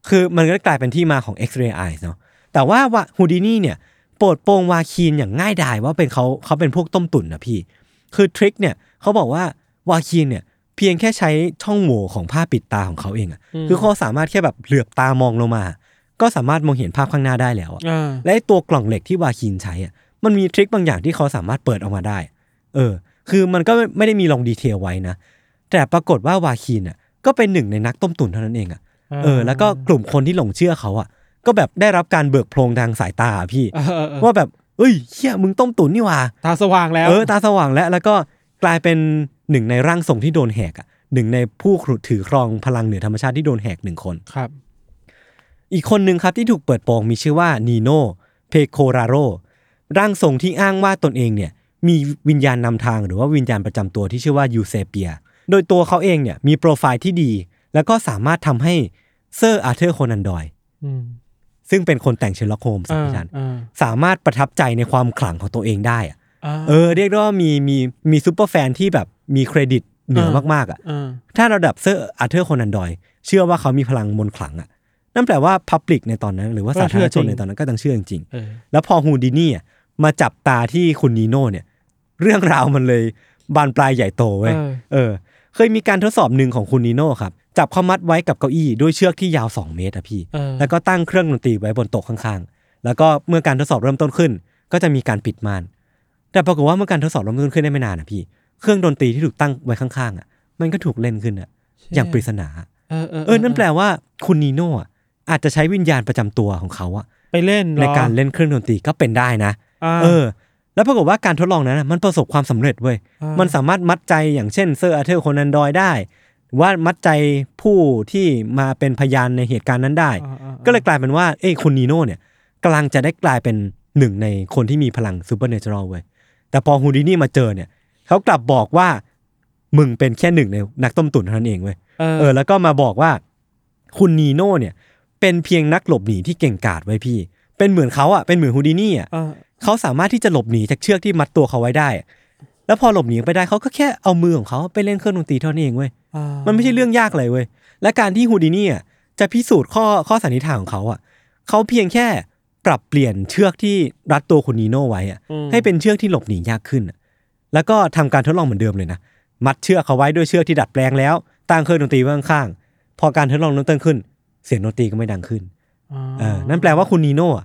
Speaker 2: คือมันก็กลายเป็นที่มาของ X-ray eyes เนาะ แต่ว่าวะฮูดินี่เนี่ยโปรดโปรงวาคีนอย่างง่ายดายว่าเป็นเขาเขาเป็นพวกต้มตุ๋นนะพี่ คือทริคเนี่ยเขาบอกว่าวาคีนเนี่ยเพียงแค่ใช้ช่องโหว่ของผ้าปิดตาของเขาเองอะ
Speaker 3: อืม
Speaker 2: คือเขาสามารถแค่แบบเหลือบตามองลงมา ก็สามารถมองเห็นภาพข้างหน้าได้แล้วอะ
Speaker 3: อ่า
Speaker 2: และไอ้ตัวกล่องเหล็กที่วาคินใช้อ่ะมันมีทริคบางอย่างที่เขาสามารถเปิดออกมาได้ เออ คือมันก็ไม่ได้มีลงดีเทลไว้นะ แต่ปรากฏว่าวาคินอ่ะก็เป็นหนึ่งในนักต้มตุ๋นเท่านั้นเองอ่ะเออแล้วก็กลุ่มคนที่หลงเชื่อเขาอ่ะ ก็แบบได้รับการเบิกโพรงทางสายตาอะพี่
Speaker 3: เออเออเออ
Speaker 2: ว่าแบบเอ้ยเชี่ยมึงต้มตุ๋นนี่หว่า
Speaker 3: ตาสว่างแล้ว
Speaker 2: เออตาสว่างแล้วแล้วก็กลายเป็นหนึ่งในร่างทรงที่โดนแหกอ่ะหนึ่งในผู้ถือครองพลังเหนือธรรมชาติที่โดนแหกหนึ่งคน
Speaker 3: ครับ
Speaker 2: อีกคนหนึ่งครับที่ถูกเปิดโปงมีชื่อว่านีโนเพโคราโรร่างทรงที่อ้างว่าตนเองเนี่ยมีวิญญาณนำทางหรือว่าวิญญาณประจำตัวที่ชื่อว่ายูเซเปีย โดยตัวเขาเองเนี่ยมีโปรไฟล์ที่ดี แล้วก็สามารถทำให้เซอร์อาร์เธอร์โคนันดอยล์
Speaker 3: อืม
Speaker 2: ซึ่งเป็นคนแต่งเชลล็อกโฮมส์
Speaker 3: อ่า
Speaker 2: พี่ชัน
Speaker 3: อ่า
Speaker 2: สามารถประทับใจในความขลังของตัวเองได้อะ
Speaker 3: อ่า
Speaker 2: เออเรียกได้ว่ามีมีมีซูเปอร์แฟนที่แบบมีเครดิตเหนือ
Speaker 3: อ่าม
Speaker 2: มากๆอ่ะ
Speaker 3: อ่า
Speaker 2: ถ้าระดับเซอร์อาร์เธอร์โคนันดอยล์เชื่อว่าเขามีพลังมนต์ขลังอะนั่นแปลว่าพับลิกในตอนนั้น หรือว่าสาธารณชนในตอนนั้นก็ต้องเชื่อจริง
Speaker 3: เออ
Speaker 2: ๆแล้วพอฮูดินี่อะมาจับตาที่คุณนีโน่เนี่ย เรื่องราวมันเลยบานปลายใหญ่โตเว้ย
Speaker 3: เออ
Speaker 2: เออ เคยมีการทดสอบหนึ่งของคุณนีโน่ครับ จับเขามัดไว้กับเก้าอี้ด้วยเชือกที่ยาว 2 เมตรอะพี่
Speaker 3: เออ
Speaker 2: แล้วก็ตั้งเครื่องดนตรีไว้บนโต๊ะข้างๆ แล้วก็เมื่อการทดสอบเริ่มต้นขึ้น ก็จะมีการปิดม่าน แต่ปรากฏว่าเมื่อการทดสอบเริ่มต้นขึ้นได้ไม่นานนะพี่ เครื่องดนตรีที่ถูกตั้งไว้ข้างๆอ่ะ มันก็ถูกเล่นขึ้นอ่ะ อย่างปริศนา
Speaker 3: เออเออ
Speaker 2: เออ นั่นแปลว่าคุณนีโน่อะอาจจะใช้วิญญาณประจำตัวของเขาอ่ะ
Speaker 3: ไปเล่นเหอ
Speaker 2: ในการเล่นเครื่องดนตรีก็เป็นได้นะ
Speaker 3: อ่า
Speaker 2: เออ แล้วปรากฏว่าการทดลองนั้นนะมันประสบความสำเร็จเว้ย
Speaker 3: อ่
Speaker 2: มันสามารถมัดใจอย่างเช่นเซอร์อาร์เธอร์โคนันดอยล์ได้หรือว่ามัดใจผู้ที่มาเป็นพยานในเหตุการณ์นั้นได้
Speaker 3: อ่าอ่า
Speaker 2: ก็เลยกลายเป็นว่าเอ้ยคุณนีโน่เนี่ยกำลังจะได้กลายเป็นหนึ่งในคนที่มีพลังซูเปอร์เนเชอรัลเว้ยแต่พอฮูดินี่มาเจอเนี่ยเขากลับบอกว่ามึงเป็นแค่หนึ่งในนักต้มตุ๋นเท่านั้นเองเว้ย
Speaker 3: เออ
Speaker 2: เออแล้วก็มาบอกว่าคุณนีโน่เนี่ยเป็นเพียงนักหลบหนีที่เก่งกาจไว้ยพี่ เป็นเหมือนเขาอ่ะเป็นเหมือนฮูดินี่อ่ะ
Speaker 3: อ่า
Speaker 2: เขาสามารถที่จะหลบหนีจากเชือกที่มัดตัวเขาไว้ได้ แล้วพอหลบหนีไปได้เขาก็แค่เอามือของเขาไปเล่นเครื่องดนตรีเท่านั้นเองเว้ย
Speaker 3: อ่า
Speaker 2: มันไม่ใช่เรื่องยากเลยเว้ย และการที่ฮูดินี่อ่ะจะพิสูจน์ข้อข้อสันนิษฐานของเขาอ่ะ เขาเพียงแค่ปรับเปลี่ยนเชือกที่รัดตัวคุณนีโน่ไว้อ่ะ
Speaker 3: อืม
Speaker 2: ให้เป็นเชือกที่หลบหนียากขึ้นอะแล้วก็ทำการทดลองเหมือนเดิมเลยนะ มัดเชือกเขาไว้ด้วยเชือกที่ดัดแปลงแล้ว ตั้งเครื่องดนตรีไว้ข้างๆ พอการทดลองเริ่มต้นขึ้น เสียงดนตรีก็ไม่ดังขึ้น
Speaker 3: อ่า
Speaker 2: เออนั่นแปลว่าคุณนีโน่อะ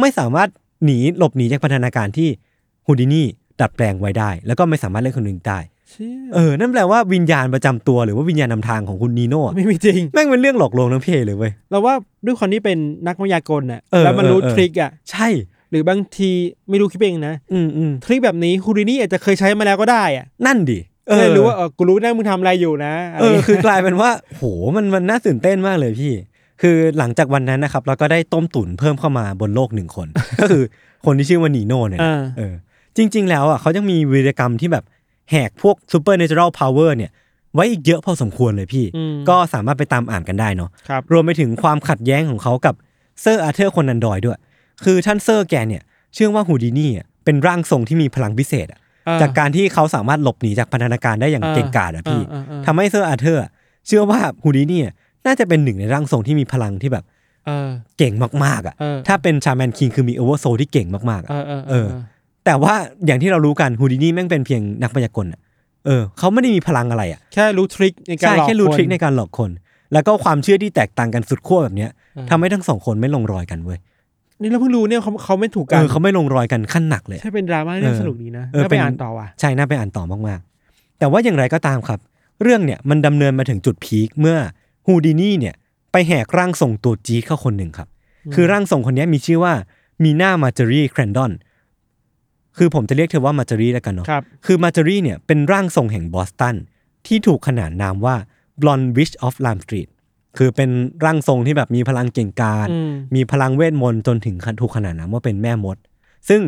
Speaker 2: ไม่สามารถหนีหลบหนีจากพันธนาการที่ฮูดินี่ดัดแปลงไว้ได้ แล้วก็ไม่สามารถเล่นคนอื่นได้
Speaker 3: เชี่ย
Speaker 2: เออนั่นแปลว่าวิญญาณประจำตัวหรือว่าวิญญาณนำทางของคุณนีโน่อะ
Speaker 3: ไม่มีจริง
Speaker 2: แม่งเป็นเรื่องหลอกลวงทั้งเพเลยเว้ย
Speaker 3: เราว่าด้วยความที่เป็นนักมายากลน่ะ
Speaker 2: เออ
Speaker 3: แล้วมันรู้
Speaker 2: เออเออ
Speaker 3: ทริคอ่ะ
Speaker 2: ใช่
Speaker 3: หรือบางทีไม่รู้คิดเองนะ
Speaker 2: อืมอืม
Speaker 3: ทริคแบบนี้ฮูรินี่อาจจะเคยใช้มาแล้วก็ได้อ่ะ
Speaker 2: นั่นดิ
Speaker 3: จะได้รู้ว่าเออกูรู้นะมึงทำอะไรอยู่นะอะไร
Speaker 2: เออ
Speaker 3: เงี้ย
Speaker 2: คือกลายเป็นว่า โหมันมันน่าตื่นเต้นมากเลยพี่ คือหลังจากวันนั้นนะครับเราก็ได้ต้มตุ๋นเพิ่มเข้ามาบนโลกหนึ่งคน ก็คือคนที่ชื่อว่านีโน่เนี่ย
Speaker 3: อ่า
Speaker 2: เออจริง ๆ แล้วอ่ะเขายังมีวีรกรรมที่แบบแหกพวกซูเปอร์เนเจอรัลพาวเวอร์เนี่ย ไว้อีกเยอะพอสมควรเลยพี่
Speaker 3: ม
Speaker 2: ก็สามารถไปตามอ่านกันได้เนาะ
Speaker 3: ครับ
Speaker 2: รวมไปถึงความขัดแย้งของเขากับเซอร์อาร์เธอร์คอนันดอยด้วย คือท่านเซอร์แกเนี่ย เชื่อว่าฮูดินี่อ่ะเป็นร่างทรงที่มีพลังพิเศษอ่ะ
Speaker 3: อ่
Speaker 2: จากการที่เขาสามารถหลบหนีจากพันธนาการได้อย่างเก่งกาจอ่ะพี่
Speaker 3: อ่าอ่า
Speaker 2: ทำให้เซอร์อาร์เธอร์อ่ะเชื่อว่าฮูดินี่อ่ะน่าจะเป็นหนึ่งในร่างทรงที่มีพลังที่แบบ
Speaker 3: เออ
Speaker 2: เก่งมากๆอ่ะ
Speaker 3: เออ
Speaker 2: ถ้าเป็นชาแมนคิงคือมีโอเวอร์โซที่เก่งมากๆอ่ะ
Speaker 3: เออเออ
Speaker 2: เออ แต่ว่าอย่างที่เรารู้กันฮูดินี่แม่งเป็นเพียงนักพยากลอ่ะ เออเขาไม่ได้มีพลังอะไรอ่ะ
Speaker 3: แค่รู้ทริคในการ
Speaker 2: ใช่
Speaker 3: หลอก
Speaker 2: แค่รู้
Speaker 3: น
Speaker 2: ทริคในการหลอกคน แล้วก็ความเชื่อที่แตกต่างกันสุดขั้วแบบเนี้ย
Speaker 3: เออ
Speaker 2: ทำให้ทั้งสองคนไม่ลงรอยกันเว้ย
Speaker 3: นี่เราเพิ่งรู้เนี่ยเขาเขาไม่ถูกกั
Speaker 2: เอน อเขาไม่ลงรอยกันขั้นหนักเลย
Speaker 3: ใช่เป็นดราม่าเรื่อง
Speaker 2: เออ
Speaker 3: สนุกดีนะ
Speaker 2: เออ
Speaker 3: น่า
Speaker 2: เป็น
Speaker 3: ไปอ่านต่อว่ะ
Speaker 2: ใช่น่าไปอ่านต่อมากๆ แต่ว่าอย่างไรก็ตามครับ เรื่องเนี่ยมันดำเนินมาถึงจุดพีคเมื่อฮูดินี่เนี่ยไปแหกร่างทรงตัวจีดเข้าคนหนึ่งครับ คือร่างทรงคนเนี้ยมีชื่อว่ามีนามาจารีแครนดอนคือผมจะเรียกเธอว่ามาจารีแล้วกันเนาะ
Speaker 3: ครับ
Speaker 2: คือมาจารีเนี่ยเป็นร่างทรงแห่งบอสตัน ที่ถูกขนานนามว่า Blonde Witch of Lime Street คือเป็นร่างทรงที่แบบมีพลังเก่งกาจ
Speaker 3: อืม
Speaker 2: มีพลังเวทมนต์จนถึงขั้นถูกขนานนามว่าเป็นแม่มด ซึ่ง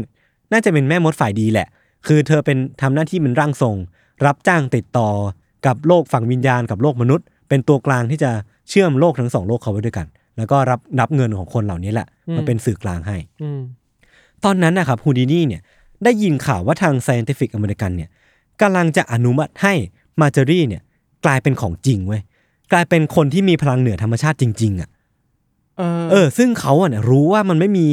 Speaker 2: น่าจะเป็นแม่มดฝ่ายดีแหละ คือเธอเป็นทำหน้าที่เป็นร่างทรง รับจ้างติดต่อกับโลกฝั่งวิญญาณกับโลกมนุษย์ เป็นตัวกลางที่จะเชื่อมโลกทั้งสองโลกเขาไว้ด้วยกัน แล้วก็รับนับเงินของคนเหล่านี้แหละมาเป็นสื่อกลางให้
Speaker 3: อืม
Speaker 2: ตอนนั้นนะครับฮูดินี่เนี่ยได้ยินข่าวว่าทาง Scientific อเมริกันเนี่ยกำลังจะอนุมัติให้มาจารีเนี่ยกลายเป็นของจริงเว้ยกลายเป็นคนที่มีพลังเหนือธรรมชาติจริงๆอะ่ะ
Speaker 3: เออ
Speaker 2: เออซึ่งเขาอ่ะเนี่ยรู้ว่ามันไม่มี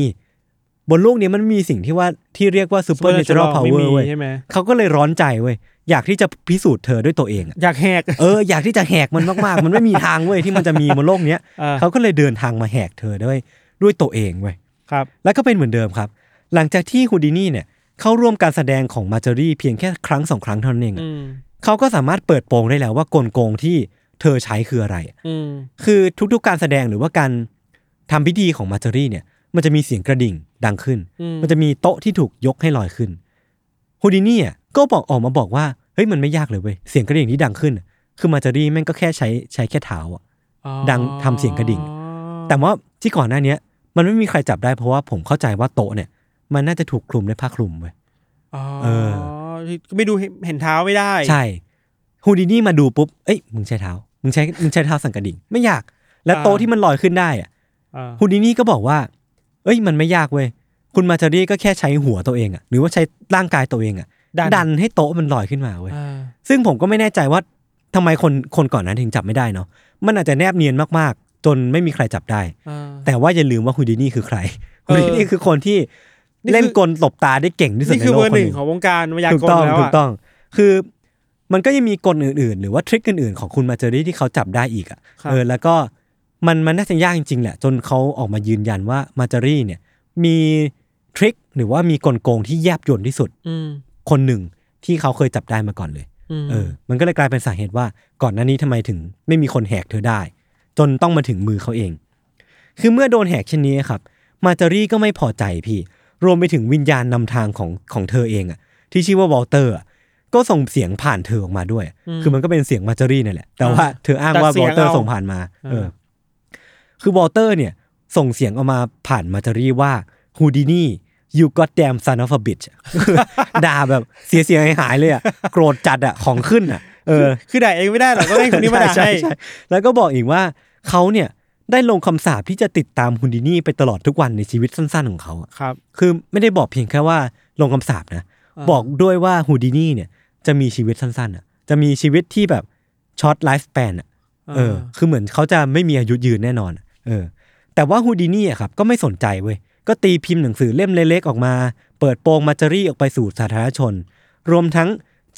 Speaker 2: บนโลกเนี้มันไม่มีสิ่งที่ว่าที่เรียกว่า super natural
Speaker 3: ไม่
Speaker 2: power
Speaker 3: มี
Speaker 2: เว้ย
Speaker 3: ใช่ไหม
Speaker 2: เขาก็เลยร้อนใจเว้ยอยากที่จะพิสูจน์เธอด้วยตัวเองอะ
Speaker 3: อยากแหก
Speaker 2: เอออยากที่จะแหกมันมากๆ มันไม่มีทางเว้ยที่มันจะมีบนโลกเนี้ย
Speaker 3: อ่า
Speaker 2: เขาก็เลยเดินทางมาแหกเธอด้วยด้วยตัวเองเว้ย
Speaker 3: ครับ
Speaker 2: แล้วก็เป็นเหมือนเดิมครับ หลังจากที่ฮูดินี่เนี่ยเข้าร่วมการแสดงของมาจารีเพียงแค่ครั้งสองครั้งเท่านั้นเองอะ
Speaker 3: อืม
Speaker 2: เขาก็สามารถเปิดโปงได้แล้วว่ากลโกงที่เธอใช้คืออะไร
Speaker 3: อืม
Speaker 2: คือทุกๆการแสดงหรือว่าการทำพิธีของมาจารีเนี่ยมันจะมีเสียงกระดิ่งดังขึ้น
Speaker 3: อืม
Speaker 2: มันจะมีโต๊ะที่ถูกยกให้ลอยขึ้นฮูดินี่อะก็บอกออกมาบอกว่าเฮ้ยมันไม่ยากเลยเว้ยเสียงกระดิ่งที่ดังขึ้นอะคือมาจารีแม่งก็แค่ใช้ใช้แค่เท้าอะ
Speaker 3: อ๋อ
Speaker 2: ดังทำเสียงกระดิ่ง แต่ว่าที่ก่อนหน้าเนี้ยมันไม่มีใครจับได้เพราะว่าผมเข้าใจว่าโต๊ะเนี่ย มันน่าจะถูกคลุมด้วยผ้าคลุมเว้ย
Speaker 3: อ๋อ
Speaker 2: เออ
Speaker 3: ไม่ดูเห็นเท้าไม่ได้
Speaker 2: ใช่ฮูดินี่มาดูปุ๊บ เอ้ยมึงใช้เท้า มึงใช้มึงใช้เท้าสั่งกระดิ่ง ไม่ยาก และ
Speaker 3: อ่า
Speaker 2: โต๊ะที่มันลอยขึ้นได้อะ
Speaker 3: อ่า
Speaker 2: ฮูดินี่ก็บอกว่า เอ้ยมันไม่ยากเว้ยคุณมาจารีก็แค่ใช้หัวตัวเองอะหรือว่าใช้ร่างกายตัวเองอะ
Speaker 3: ดัน
Speaker 2: ให้โต๊ะมันลอยขึ้นมาเว้ย
Speaker 3: อ่า
Speaker 2: ซึ่งผมก็ไม่แน่ใจว่าทำไมคนคนก่อนนั้นถึงจับไม่ได้เนาะมันอาจจะแนบเนียนมากๆ จนไม่มีใครจับได้
Speaker 3: อ่า
Speaker 2: แต่ว่าอย่าลืมว่าฮูดินี่คือใคร
Speaker 3: เอ
Speaker 2: ฮู
Speaker 3: อ
Speaker 2: ดินี่คือคนที่
Speaker 3: นี่คือ
Speaker 2: เล่นกลตบตาได้เก่งที่สุด
Speaker 3: นี่
Speaker 2: ใน
Speaker 3: คือ
Speaker 2: โลกคน
Speaker 3: เบอร์ห
Speaker 2: ห
Speaker 3: นึ่ง
Speaker 2: นึ่ง
Speaker 3: ของวงการมายา
Speaker 2: ถูก
Speaker 3: กล
Speaker 2: ต้อง
Speaker 3: แล้ว
Speaker 2: ถู
Speaker 3: อ่ะ
Speaker 2: กต้อง คือมันก็ยังมีกลอื่นๆ หรือว่าทริคอื่นๆ ของคุณมาเจอรี่ที่เขาจับได้อีกอ่ะ
Speaker 3: ครับ
Speaker 2: เออ แล้วก็มันมันน่าจะยากจริงๆ แหละ จนเขาออกมายืนยันว่ามาเจอรี่เนี่ยมีทริคหรือว่ามีกลโกงที่แยบยลที่สุด
Speaker 3: อืม
Speaker 2: คนหนึ่งที่เขาเคยจับได้มาก่อนเลย
Speaker 3: ม
Speaker 2: เออ มันก็เลยกลายเป็นสาเหตุว่าก่อนหน้านี้ทำไมถึงไม่มีคนแหกเธอได้ จนต้องมาถึงมือเขาเอง คือเมื่อโดนแหกเช่นนี้ครับ มาจารีก็ไม่พอใจพี่ รวมไปถึงวิญญาณนำทางของของเธอเองอะที่ชื่อว่าวอลเตอร์อะก็ส่งเสียงผ่านเธอออกมาด้วย คือมันก็เป็นเสียงมาจารีนั่นแหละ แต่ว่าเธออ้างว่าวอลเตอร์ส่งผ่านมา เออ คือวอลเตอร์เนี่ยส่งเสียงออกมาผ่านมาจารีว่าฮูดินี่ you goddamn son of a bitch ด่าแบบเสียเสียหายหายๆเลยอะโกรธจัดอะของขึ้นอะเออ
Speaker 3: คือด่าเองไม่ได้หรอกก็ให้คนนี้มาด่า
Speaker 2: ใช่
Speaker 3: ให้
Speaker 2: ใช่แล้วก็บอกอีกว่าเขาเนี่ยได้ลงคำสาปที่จะติดตามฮุนดินี่ไปตลอดทุกวันในชีวิตสั้นๆของเขาอะ
Speaker 3: ครับ
Speaker 2: คือไม่ได้บอกเพียงแค่ว่าลงคำสาปนะ บอกด้วยว่าฮุนดินี่เนี่ยจะมีชีวิตสั้นๆอะจะมีชีวิตที่แบบช็อตไลฟ์สแปนอะเออ คือเหมือนเขาจะไม่มีอายุยืนแน่นอนอะเออ แต่ว่าฮูดินี่อะครับก็ไม่สนใจเว้ย ก็ตีพิมพ์หนังสือเล่มเล็กๆออกมา เปิดโปงมาจารีออกไปสู่สาธารณชน รวมทั้ง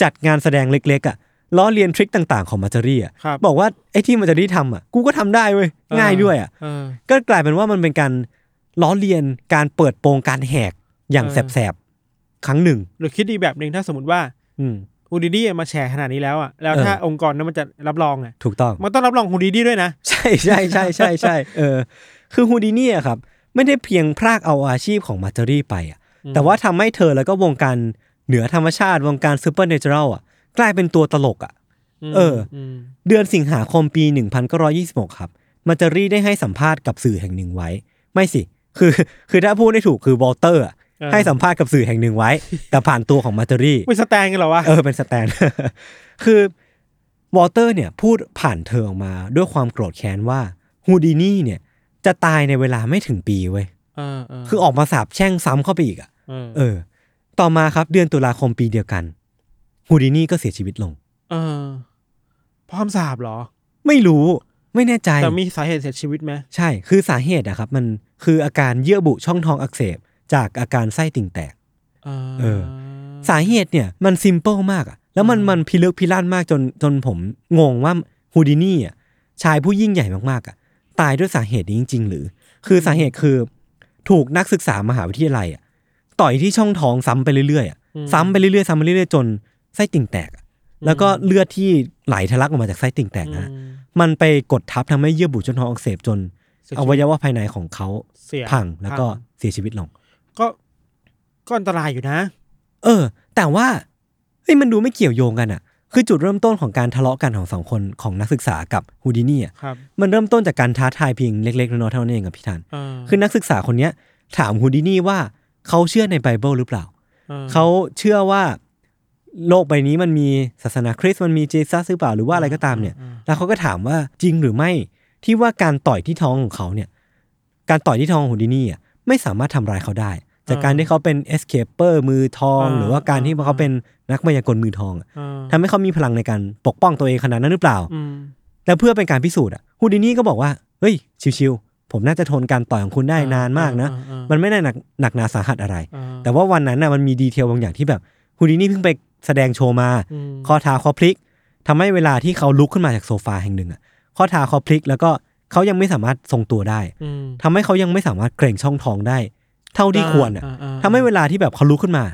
Speaker 2: จัดงานแสดงเล็กๆอ่ะล้อเลียนทริคต่างๆของมาจารีอ่ะ
Speaker 3: ครับ
Speaker 2: บอกว่าไอ้ที่มันจะได้ทำอ่ะกูก็ทำได้เว้ยง่ายด้วยอ่ะ
Speaker 3: เออ
Speaker 2: ก็กลายเป็นว่ามันเป็นการล้อเลียนการเปิดโปงการแหกอย่าง
Speaker 3: เออ
Speaker 2: แสบๆ ครั้งหนึ่ง
Speaker 3: หรือคิดอีกแบบหนึ่งถ้าสมมติว่า
Speaker 2: อืม
Speaker 3: ฮูดิดี้มาแฉขนาดนี้แล้วอ่ะแล้วถ้า
Speaker 2: เออ
Speaker 3: องค์กรนั้นมันจะรับรองอ่ะ
Speaker 2: ถูกต้อง
Speaker 3: มันต้องรับรองฮูดิดี้ด้วยนะ
Speaker 2: ใช่ใช่ใช่ใช่ใช่เออ คือฮูดินี่อะครับ ไม่ได้เพียงพรากเอาอาชีพของมาร์เจอรี่ไปอะ
Speaker 3: อืม
Speaker 2: แต่ว่าทำให้เธอแล้วก็วงการเหนือธรรมชาติวงการซูเปอร์เนเจอรัลอ่ะ กลายเป็นตัวตลกอ่ะ
Speaker 3: ม
Speaker 2: เอออื
Speaker 3: ม
Speaker 2: เดือนสิงหาคมปี 1926 ครับ มาร์เจอรี่ได้ให้สัมภาษณ์กับสื่อแห่งหนึ่งไว้ ไม่สิ คือ คือถ้าพูดได้ถูกคือวอลเตอร์อะ
Speaker 3: เออ
Speaker 2: ให้สัมภาษณ์กับสื่อแห่งหนึ่งไว้ แต่ผ่านตัวของมาร์เจอรี่
Speaker 3: ไม่สแตนกันเหรอวะ
Speaker 2: เออเป็นสแตน คือวอลเตอร์เนี่ยพูดผ่านเธอออกมาด้วยความโกรธแค้นว่าฮูดินี่เนี่ยจะตายในเวลาไม่ถึงปีเว้ย
Speaker 3: เออเออ
Speaker 2: คือออกมาสาบแช่งซ้ำเข้าไปอีกอ่ะ
Speaker 3: เออ
Speaker 2: เออ ต่อมาครับเดือนตุลาคมปีเดียวกันฮูดินี่ก็เสียชีวิตลง
Speaker 3: เออพร้อมสาบเหรอ
Speaker 2: ไม่รู้ไม่แน่ใจ
Speaker 3: แต่มีสาเหตุเสียชีวิตไหม
Speaker 2: ใช่ คือสาเหตุนะครับ มันคืออาการเยื่อบุช่องท้องอักเสบ จากอาการไส้ติ่งแตก
Speaker 3: เออ
Speaker 2: เออ สาเหตุเนี่ยมันซิมเ l ิลมากอะแล้วมันมันพิลึกพิลั่นมากจนจนผมงงว่าฮูดินี่อ่ะชายผู้ยิ่งใหญ่มากๆอ่ะตายด้วยสาเหตุนี้จริง ๆ หรือ คือสาเหตุคือถูกนักศึกษามหาวิทยาลัยอ่ะต่อยที่ช่องท้องซ้ำไปเรื่อยๆอะซ้ำไปเรื่อยๆซ้ำไปเรื่อยๆจนไส้ติ่งแตกอะแล้วก็เลือดที่ไหลทะลักออกมาจากไส้ติ่งแตกนะฮะ
Speaker 3: อืม
Speaker 2: มันไปกดทับทำให้เยื่อบุช่องท้องอักเสบจน
Speaker 3: เสีย
Speaker 2: อ
Speaker 3: ชีวิต
Speaker 2: วัยวะภายในของเขา
Speaker 3: เสีย
Speaker 2: พังแล้วก็
Speaker 3: พัง
Speaker 2: เสียชีวิตลง
Speaker 3: ก็ก็อันตรายอยู่นะ
Speaker 2: เออ แต่ว่าเฮ้ยมันดูไม่เกี่ยวโยงกันอะคือจุดเริ่มต้นของการทะเลาะกันของสองคนของนักศึกษากับฮูดินี่อะ
Speaker 3: ครับ
Speaker 2: มันเริ่มต้นจากการท้าทายเพียงเล็กๆน้อยๆเท่านั้นเองกับพี่ทัน
Speaker 3: เออ
Speaker 2: คือนักศึกษาคนเนี้ยถามฮูดินี่ว่าเขาเชื่อในไบเบิลหรือเปล่า
Speaker 3: ออ
Speaker 2: เขาเชื่อว่าโลกใบนี้มันมีศาสนาคริสต์มันมีเจซัสหรือเปล่าหรือว่าอะไรก็ตามเนี่ย
Speaker 3: อืม
Speaker 2: แล้วเขาก็ถามว่าจริงหรือไม่ที่ว่าการต่อยที่ท้องของเขาเนี่ย การต่อยที่ท้องของฮูดินี่อ่ะไม่สามารถทำร้ายเขาได้ จากการที่เขาเป็นเอสเคปเปอร์มือทอง
Speaker 3: อ่า
Speaker 2: หรือว่าการที่เขาเป็นนักมายากลมือทองอะ
Speaker 3: เออ
Speaker 2: ทำให้เขามีพลังในการปกป้องตัวเองขนาดนั้นหรือเปล่า
Speaker 3: อืม
Speaker 2: แล้วเพื่อเป็นการพิสูจน์อ่ะฮูดินี่ก็บอกว่าเฮ้ยชิวๆผมน่าจะทนการต่อยของคุณได้นานมากนะ
Speaker 3: เออเออ
Speaker 2: มันไม่ได้หนักหนักหนาสาหัสอะไร
Speaker 3: เออ
Speaker 2: แต่ว่าวันนั้นน่ะมันมีดีเทลบางอย่างที่แบบฮูดินี่เพิ่งไปแสดงโชว์มา
Speaker 3: ม
Speaker 2: ข้อเท้าเขาพลิกทำให้เวลาที่เขาลุกขึ้นมาจากโซฟาแห่งหนึ่งอ่ะข้อเท้าเขาพลิกแล้วก็เขายังไม่สามารถทรงตัวได้
Speaker 3: ม
Speaker 2: ทำให้เขายังไม่สามารถเกรงช่องท้องได้ เท่าที่ควรอ่ะ
Speaker 3: เออ
Speaker 2: ทำให้เวลาที่แบบเขาลุกขึ้นมา